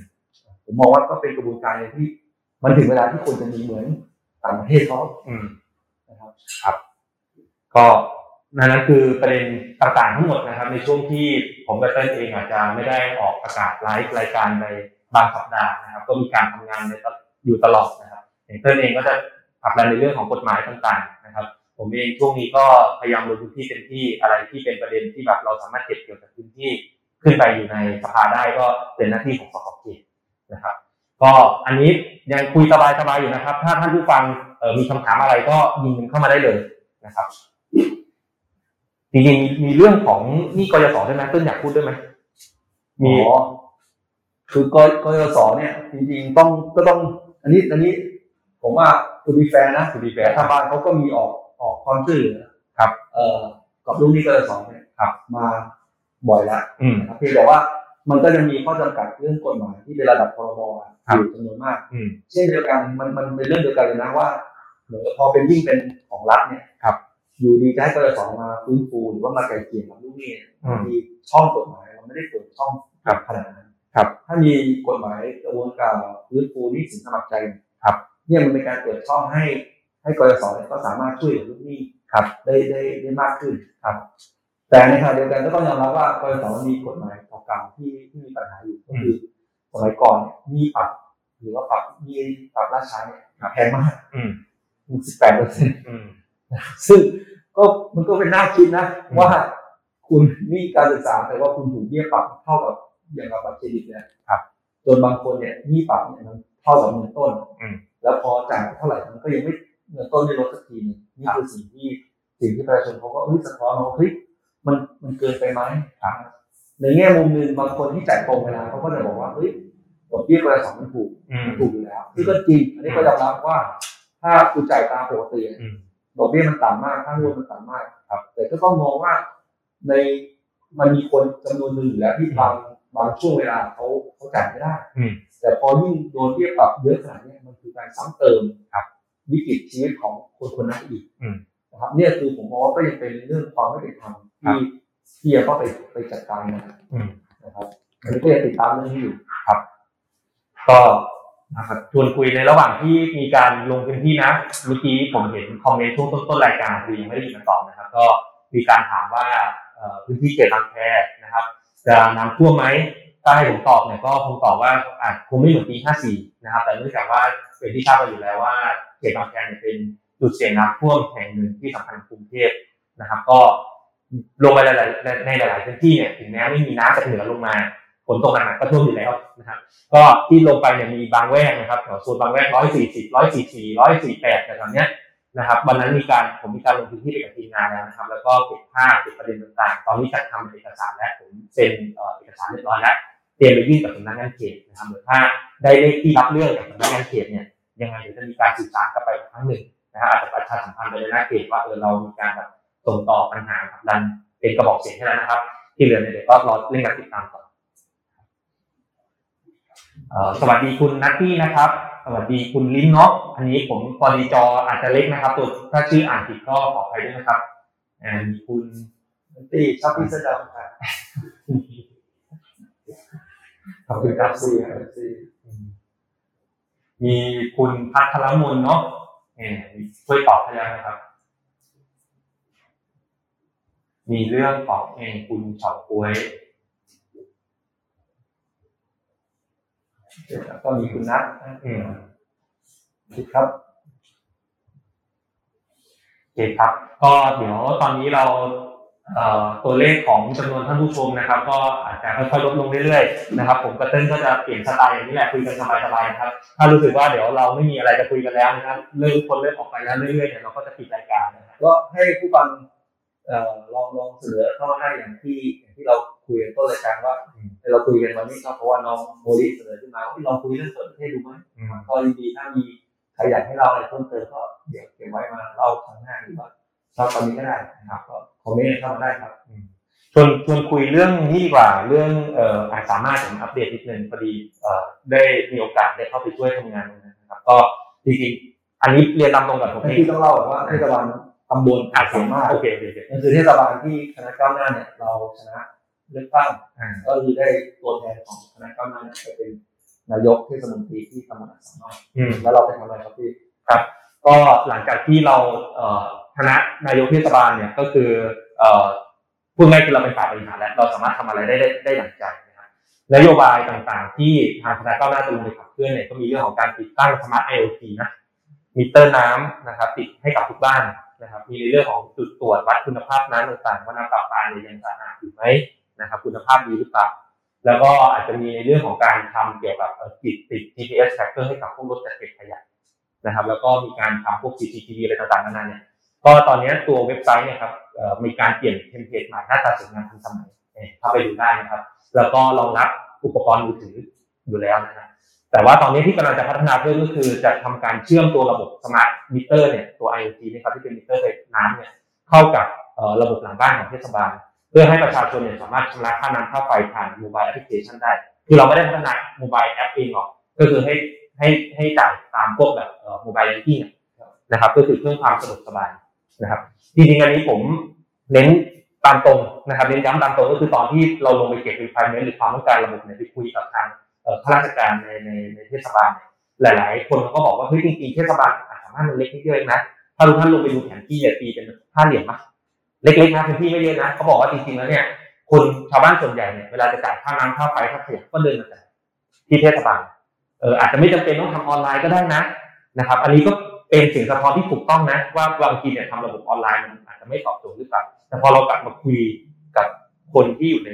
Speaker 7: ผมมองว่าก็เป็นกระบวนการที่ มันถึงเวลาที่ควรจะมีเหมือนต่างประเทศเขา
Speaker 5: อืม
Speaker 7: นะครับ
Speaker 5: ก็นั่นคือประเด็นต่างๆทั้งหมดนะครับ ในช่วงที่ผมกับเต้นเองอาจจะไม่ได้ออกประกาศไลฟ์รายการในบางสัปดาห์นะครับ ก็มีการทำงานในตลอยู่ตลอดนะครับอย่างเต้นเองก็จะผลักดันในเรื่องของกฎหมายต่างๆนะครับ ผมเองช่วงนี้ก็พยายามลงพื้นที่เต็มที่อะไรที่เป็นประเด็นที่แบบเราสามารถเก็บเกี่ยวจากพื้นที่ขึ้นไปอยู่ในสภาได้ก็เป็นหน้าที่ของสสเขตนะครับ ก็อันนี้ยังคุยสบายๆอยู่นะครับ ถ้าท่านผู้ฟังเอ่อมีคำถามอะไรก็ยิงมันเข้ามาได้เลยนะครับ จริงๆมีเรื่องของหนี่กยศด้วยไหมต้นอยากพูดด้วยไหมมี
Speaker 7: อ๋อคือกกยศเนี่ย จริงๆต้องก็ต้อง อันนี้ อันนี้ ผมว่าคุณมีแฟนนะ
Speaker 5: to be
Speaker 7: รั
Speaker 5: fair
Speaker 7: ฐบาลเขาก็มีออกออกความช่วยเหลือ
Speaker 5: ครับ
Speaker 7: เอ่อกับลูกหนี้กยศเนี่ย
Speaker 5: ครับ
Speaker 7: มาบ่อยแล้ว
Speaker 5: อืม
Speaker 7: นะครับเพียงแต่ว่ามันก็จะมีข้อจำกัดเรื่องกฎหมายที่เป็นระดับพรบอะ
Speaker 5: ครับ
Speaker 7: อยู่จำนวนมาก
Speaker 5: อืม
Speaker 7: เช่นเดียวกันมันมันเป็นเรื่องเดียวกันเลยนะว่าเหมือนกับพอเป็นยิ่งเป็นของรัฐเนี่ย
Speaker 5: ครับ
Speaker 7: อยู่ดีจะให้กยศมาฟื้นฟูหรือว่ามาไกลเกลี่ยกับลูกหนี้เนี่ย
Speaker 5: อืม
Speaker 7: มีช่องกฎหมายมันไม่ได้เปิดช่อง
Speaker 5: ครับ
Speaker 7: ขนาดนั้น
Speaker 5: ครับ
Speaker 7: ถ้ามีกฎหมายกระบวนการฟื้นฟูหนี่สินสมัครใจเนี่ย
Speaker 5: ครับ
Speaker 7: เนี่ยมันเป็นการเปิดช่องให้ ให้กยศเนี่ยก็สามารถช่วยเหลือลูกหนี้
Speaker 5: ครับ
Speaker 7: ได้ได้ได้มากขึ้นครับ แต่ในขณะเดียวกันก็ต้องยอมรับว่ากยศมันมีกฎหมายเก่าๆที่ที่มีปัญหาอยู่ก็คือสมัยก่อนเนี่ยหนี้ปรับหรือว่าปรับหนี้ปรับราชาเนี่ยแพงมาก
Speaker 5: อืม
Speaker 7: สิบแปดเปอร์เซ็น
Speaker 5: อืม
Speaker 7: ซึ่งก็มันก็เป็นน่าคิดนะ
Speaker 5: อืม
Speaker 7: ว่าคุณหนี่การศึกษาแต่ว่าคุณถูกเบี้ยปรับเท่ากับอย่างกับบัตรเครดิตเนี่ย
Speaker 5: ครับ
Speaker 7: จนบางคนเนี่ยหนี้ปรับเนี่ยมันเท่ากับเงินต้น แล้วพอจ่ายเท่าไหร่มันก็ยังไม่เงินต้นไม่ลดสักทีหนึ่งนี่คือสิ่งที่สิ่งที่ประชาชนเขาก็เฮ้ยสะท้อนมาว่าเฮ้ยมันมันเกินไปไหมในแง่มุมหนึ่งบางคนที่จ่ายตรงเวลาเขาก็จะบอกว่าเฮ้ยดอกเบี้ยกระสองมันถูก
Speaker 5: อืม
Speaker 7: มันถูกอยู่แล้วนี่ก็จริงอันนี้ก็ยอมรับว่า ถ้าคุณจ่ายตามปกติ
Speaker 5: อืม
Speaker 7: ดอกเบี้ยมันต่ำมากค่างวดมันต่ำมากครับ แต่ก็ต้องมองว่าในมันมีคนจำนวนหนึ่งอยู่แล้วที่บางบางช่วงเวลาเขาเขาจ่ายไม่ได้ แต่พอยิ่งโดนเรียกปรับเยอะขนาดเนี้ยมันคือการซ้ำเติมครับวิกฤตชีวิตของคนคนนั้นอีก
Speaker 5: อืม
Speaker 7: นะครับเนี่ยคือผมมองว่าก็ยังเป็นเรื่องความไม่เป็นธรรม
Speaker 5: ครับ
Speaker 7: ที่ที่ยังต้องไปไปจัดการมัน
Speaker 5: อืม
Speaker 7: นะครับอันนี้ก็ยังติดตามเรื่องนี้อยู่
Speaker 5: ก็นะครับชวนคุยในระหว่างที่มีการลงพื้นที่นะเมื่อกี้ผมเห็นคอมเมนต์ช่วงต้นๆรายการคือยังไม่ได้ยินมาตอบนะครับ ก็มีการถามว่าเอ่อพื้นที่เขตบางแคนะครับ จะน้ำท่วมไหมถ้าให้ผมตอบเนี่ยก็คงตอบว่าอาจคงไม่เหมือนปี 54 นะครับ แต่เนื่องจากว่าเป็นที่ทราบกันอยู่แล้วว่าเขตบางแคเนี่ยเป็นจุดเสี่ยงน้ำท่วมแห่งหนึ่งที่สำคัญของกรุงเทพนะครับ ก็ลงไปหลายๆในหลาย ๆ พื้นที่เนี่ยถึงแม้ไม่มีน้ำจากเหนือลงมาฝนตกหนักๆก็ท่วมอยู่แล้วนะครับ ก็ที่ลงไปเนี่ยมีบางแวกนะครับแถวโซนบางแวกร้อยสี่สิบร้อยสี่สี่ร้อยสี่แปดแถวๆเนี้ยนะครับวันนั้นมีการผมมีการลงพื้นที่ไปกับทีมงานแล้วนะครับ แล้วก็เก็บภาพเก็บประเด็นต่างๆ ตอนนี้จัดทำเอกสารแล้วผมเซ็นเอ่อเอกสารเรียบร้อยแล้วเตรียมไปยื่นกับสำนักงานเขตนะครับเดี๋ยวถ้าได้เลขที่รับเรื่องจากสำนักงานเขตเนี่ยยังไงเดี๋ยวจะมีการสื่อสารกันไปอีกครั้งหนึ่งนะฮะอาจจะประชาสัมพันธ์ไปในหน้าเขตว่าเออเรามีการแบบส่งต่อปัญหาผลักดันเป็นกระบอกเสียงให้แล้วนะครับ ที่เหลือเนี่ยเดี๋ยวก็รอเรื่องการติดตามต่อ เอ่อสวัสดีคุณนัตตี้นะครับ สวัสดีคุณลิ้นเนาะ อันนี้ผมพอดีจออาจจะเล็กนะครับตัวถ้าชื่ออ่านผิดก็ขออภัยด้วยนะครับอ่ามีคุณ
Speaker 7: ตีชอบพิสดารครับ
Speaker 5: ขอบคุณครับ
Speaker 7: ซีครับซี
Speaker 5: อืมมีคุณพัทรมนเนาะเออช่วยตอบให้แล้วนะครับ มีเรื่องของเองคุณเฉาก้วย
Speaker 7: แล้วก็มีคุณนัท
Speaker 5: อืม
Speaker 7: ครับ
Speaker 5: โอเคครับ ก็เดี๋ยวตอนนี้เราเอ่อตัวเลขของจำนวนท่านผู้ชมนะครับ ก็อาจจะค่อยๆลดลงเรื่อยๆนะครับ ผมกับเต้นก็จะเปลี่ยนสไตล์อย่างนี้แหละคุยกันสบายๆนะครับ ถ้ารู้สึกว่าเดี๋ยวเราไม่มีอะไรจะคุยกันแล้วนะครับเริ่มคนเริ่มออกไปแล้วเรื่อยๆเนี่ยเราก็จะปิดรายการนะครับ
Speaker 7: ก็ให้ผู้ฟังเอ่อลองลองเสนอเข้ามาได้อย่างที่อย่างที่เราคุยกันต้นรายการว่า
Speaker 5: อืม
Speaker 7: เราคุยกันวันนี้ก็เพราะว่าน้องโมลิเสนอขึ้นมาว่าลองคุยเรื่องส่วนประเทศดูไหม
Speaker 5: อืม
Speaker 7: ก็ยินดีถ้ามีใครอยากให้เราอะไรเพิ่มเติมก็เดี๋ยวเก็บไว้มาเล่าครั้งหน้าหรือว่าเราตอนนี้ก็ได้นะครับก็คอมเมนต์เข้ามาได้ครับ
Speaker 5: ชวนชวนคุยเรื่องนี่ดีกว่าเรื่องเอ่ออาจสามารถผมอัปเดตนิดนึงพอดีเอ่อได้มีโอกาสได้เข้าไปช่วยทำงานนะครับ ก็จริงๆอันนี้เรียนตามตรงกับผม
Speaker 7: แต่
Speaker 5: เอง
Speaker 7: พี่ต้องเล่าก่อนว่าเทศบาลตำบล
Speaker 5: อา
Speaker 7: อา
Speaker 5: จ
Speaker 7: จสา
Speaker 5: สาาม
Speaker 7: มาร ร
Speaker 5: ถ
Speaker 7: ถ
Speaker 5: โอเคโอเค
Speaker 7: นั่นคือเทศบาลที่คณะก้าวหน้าเนี่ยเราชนะเลือกตั้ง
Speaker 5: อ่า
Speaker 7: ก็คือได้ตัวแทนของคณะก้าวหน้าเนี่ยไปเป็นนายกเทศมนตรีที่ตำบลอาจสามารถ
Speaker 5: อืม
Speaker 7: แล้วเราไปทำอะไรครับพี่
Speaker 5: ก็หลังจากที่เราเอ่อคณะนายกเทศบาลเนี่ยก็คือเอ่อพูดง่ายคือเราเป็นฝ่ายบริหารแล้วเราสามารถทำอะไรได้ได้ได้อย่างใจนะครับนโยบายต่างๆ ที่ทางคณะก้าวหน้าจะลงไปขับเคลื่อนเนี่ยก็มีเรื่องของการติดตั้งสมาร์ทไอโอทีนะมิเตอร์น้ำนะครับติดให้กับทุกบ้านนะครับ มีในเรื่องของจุดตรวจวัดคุณภาพน้ำต่างๆว่าน้ำประปาเนี่ยยังสะอาดอยู่ไหมนะครับคุณภาพดีหรือเปล่า แล้วก็อาจจะมีในเรื่องของการทำเกี่ยวกับเอ่อติดติด GPS tracker ให้กับพวกรถจัดเก็บขยะนะครับ แล้วก็มีการทำพวก CCTV อะไรต่างๆนานาเนี่ยก็ตอนเนี้ยตัวเว็บไซต์เนี่ยครับเอ่อมีการเปลี่ยนเทมเพลตใหม่หน้าตาสวยงามทันสมัยเนี่ยเข้าไปดูได้นะครับ แล้วก็รองรับอุปกรณ์มือถืออยู่แล้วนะครับแต่ว่าตอนนี้ที่กำลังจะพัฒนาเพิ่มก็คือจะทำการเชื่อมตัวระบบสมาร์ทมิเตอร์เนี่ยตัว IoT เนะครับที่เป็นมิเตอร์ไฟน้ำเนี่ยเข้ากับเอ่อระบบหลังบ้านของเทศบาล เพื่อให้ประชาชนเนี่ยสามารถชำระค่าน้ำค่าไฟผ่านมือบายแอปพลิเคชันได้ คือเราไม่ได้พัฒนามือบายแอปเองหรอก ก็คือให้ให้ให้จ่ายตามพวกแบบมือบายแบงกิ้งนะครับ ก็คือเพิ่มความสะดวกสบายนะครับ จริงๆอันนี้ผมเน้นตามตรงนะครับเน้นย้ำตามตรงก็คือตอนที่เราลงไปเก็บ requirement หรือความต้องการระบบเนี่ยไปคุยกับทางเอ่อข้าราชการในในในเทศบาลเนี่ยหลาย ๆ คนเขาก็บอกว่าเฮ้ยจริงๆเทศบาลอาจสามารถมันเล็กนิดเดียวเองนะ ถ้าทุกท่านลงไปดูแผนที่เนี่ยตีเป็นห้าเหลี่ยมนะเล็กๆนะพื้นที่ไม่เยอะนะเขาบอกว่าจริงๆแล้วเนี่ย คนชาวบ้านส่วนใหญ่เนี่ยเวลาจะจ่ายค่าน้ำค่าไฟค่าขยะก็เดินมาจ่ายที่เทศบาลเอออาจจะไม่จำเป็นต้องทำออนไลน์ก็ได้นะนะครับ อันนี้ก็เป็นเสิ่งสะท้อนที่ถูกต้องนะ ว่าบางทีเนี่ยทำระบบออนไลน์มันอาจจะไม่ตอบโจทย์หรือเปล่าแต่พอเรากลับมาคุยกับคนที่อยู่ใน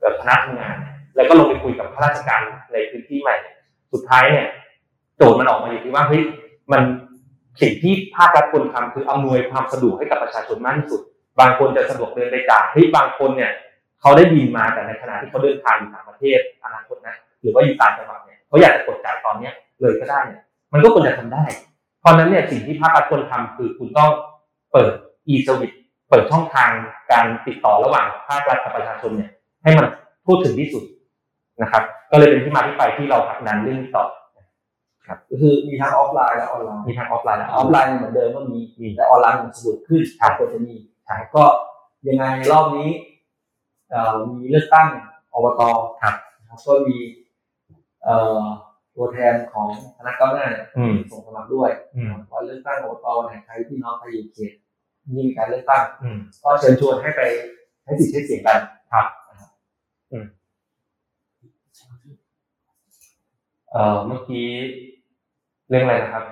Speaker 5: แบบคณะทำงาน แล้วก็ลงไปคุยกับข้าราชการในพื้นที่ใหม่เนี่ยสุดท้ายเนี่ย โจทย์มันออกมาอยู่ที่ว่าเฮ้ยมันสิ่งที่ภาครัฐควรทำคืออำนวยความสะดวกให้กับประชาชนมากที่สุด บางคนจะสะดวกเดินไปจ่ายเฮ้ยบางคนเนี่ย เขาได้บินมาแต่ในขณะที่เขาเดินทางอยู่ต่างประเทศอนาคตนะหรือว่าอยู่ต่างจังหวัดเนี่ยเขาอยากจะกดจ่ายตอนเนี้ยเลยก็ได้เนี่ยมันก็ควรจะทำได้ เพราะฉะนั้นเนี่ยสิ่งที่ภาครัฐควรทำคือคุณต้องเปิด e-service เปิดช่องทางการติดต่อระหว่างภาครัฐกับประชาชนเนี่ยให้มันทั่วถึงที่สุดนะครับ ก็เลยเป็นที่มาที่ไปที่เราผลักดันเรื่องนี้ต่อ
Speaker 7: ก็คือมีทั้งออฟไลน์และออนไลน์
Speaker 5: มีทางออฟไลน์และ
Speaker 7: อ
Speaker 5: อ
Speaker 7: อ
Speaker 5: อ
Speaker 7: ฟ
Speaker 5: น
Speaker 7: ไล
Speaker 5: ไลน์
Speaker 7: น์เหมือนเดิมก็มี
Speaker 5: มี
Speaker 7: แต่ออนไลน์มันสะดวกขึ้น
Speaker 5: ครับ
Speaker 7: ควรจะมีก็ยังไงรอบนี้เอ่อมีเลือกตั้งอบต
Speaker 5: ครับ
Speaker 7: นะครับก็มีเอ่อตัวแทนของคณะก้าวหน้าเนี่ย
Speaker 5: อืม
Speaker 7: ส่งสมัครด้วย
Speaker 5: อืม
Speaker 7: วันเลือกตั้งอบตเนี่ยใครพี่น้องใครอยู่เขตนี่มีการเลือกตั้ง
Speaker 5: อืม
Speaker 7: ก็เชิญชวนให้ไปใช้สิทธิ์ใช้เสียงกัน
Speaker 5: ครับ
Speaker 7: นะครับ
Speaker 5: อืม เอ่อเมื่อกี้เรื่องอะไรนะครับ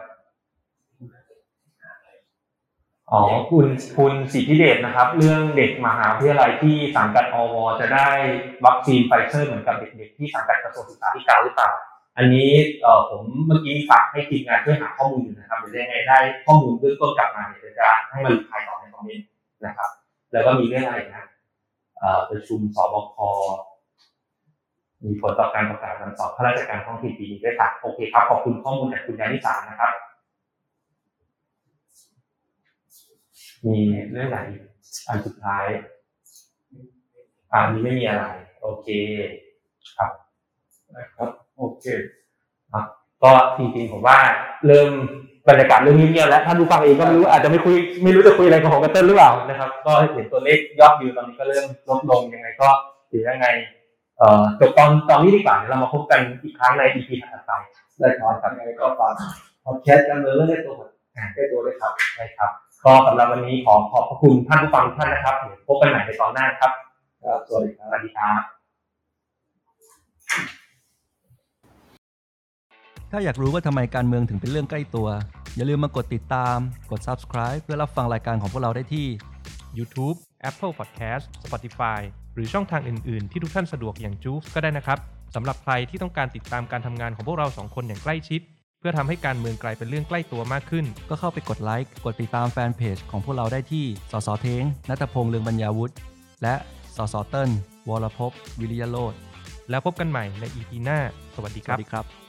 Speaker 5: อ๋อคุณคุณสิทธิเดชนะครับ เรื่องเด็กมหาวิทยาลัยที่สังกัดอวจะได้วัคซีนไฟเซอร์เหมือนกับเด็กๆที่สังกัดกระทรวงศึกษาธิการหรือเปล่า อันนี้เอ่อผมเมื่อกี้ฝากให้ทีมงานช่วยหาข้อมูลอยู่นะครับเดี๋ยวยังไงได้ข้อมูลเบื้องต้นกลับมาเนี่ยเดี๋ยวจะให้มันภายต่อในคอมเมนต์นะครับ แล้วก็มีเรื่องอะไรนะเอ่อประชุมสบค มีผลต่อการประกาศการสอบข้าราชการท้องถิ่นปีนี้ด้วยค่ะโอเคครับ ขอบคุณข้อมูลจากคุณยานิสานะครับ มีเรื่องไหนอันสุดท้าย อ่านี้ไม่มีอะไร โอเค ครับนะครับ โอเคอ่ะก็จริงๆผมว่าเริ่มบรรยากาศเริ่มเงียบๆแล้ว ถ้าดูฟังเองก็ไม่รู้อาจจะไม่คุย ไม่รู้จะคุยอะไรกับของกันเติ้ลหรือเปล่านะครับ ก็เห็นตัวเลขยอดวิวตอนนี้ก็เริ่มลดลงยังไงก็หรือยังไง เอ่อจบตอนตอนนี้ดีกว่าเดี๋ยวเรามาพบกันอีกครั้งใน EP ถัดไป
Speaker 7: ได้ขอทำยังไงก็ฝากพอดแคสต์กันเลยเรื่องให้ตัวให้ตัวด้วยครับ
Speaker 5: นะครับ ก็สำหรับวันนี้ขอขอบพระคุณท่านผู้ฟังทุกท่านนะครับเดี๋ยวพบกันใหม่ในตอนหน้าครับ
Speaker 7: ครับสวัสดีค
Speaker 5: ส
Speaker 7: รับ
Speaker 5: วัสดีครับ
Speaker 3: ถ้าอยากรู้ว่าทำไมการเมืองถึงเป็นเรื่องใกล้ตัว อย่าลืมมากดติดตาม กด subscribe เพื่อรับฟังรายการของพวกเราได้ที่
Speaker 4: YouTube Apple Podcast Spotify หรือช่องทางอื่น ๆ ที่ทุกท่านสะดวกอย่างจูฟก็ได้นะครับสำหรับใครที่ต้องการติดตามการทำงานของพวกเราสองคนอย่างใกล้ชิด เพื่อทำให้การเมืองกลายเป็นเรื่องใกล้ตัวมากขึ้น
Speaker 3: ก็เข้าไปกดไลค์ กดติดตามแฟนเพจของพวกเราได้ที่ สสเทงนัทพงษ์เลืองบรรยาวุฒิ และ สสเติ้ลวรภพวิริยโรธ
Speaker 4: แล้วพบกันใหม่ใน EP หน้า สวัสดี
Speaker 3: ส
Speaker 4: ค
Speaker 3: วั
Speaker 4: รั
Speaker 3: ส
Speaker 4: บ
Speaker 3: ดีครับ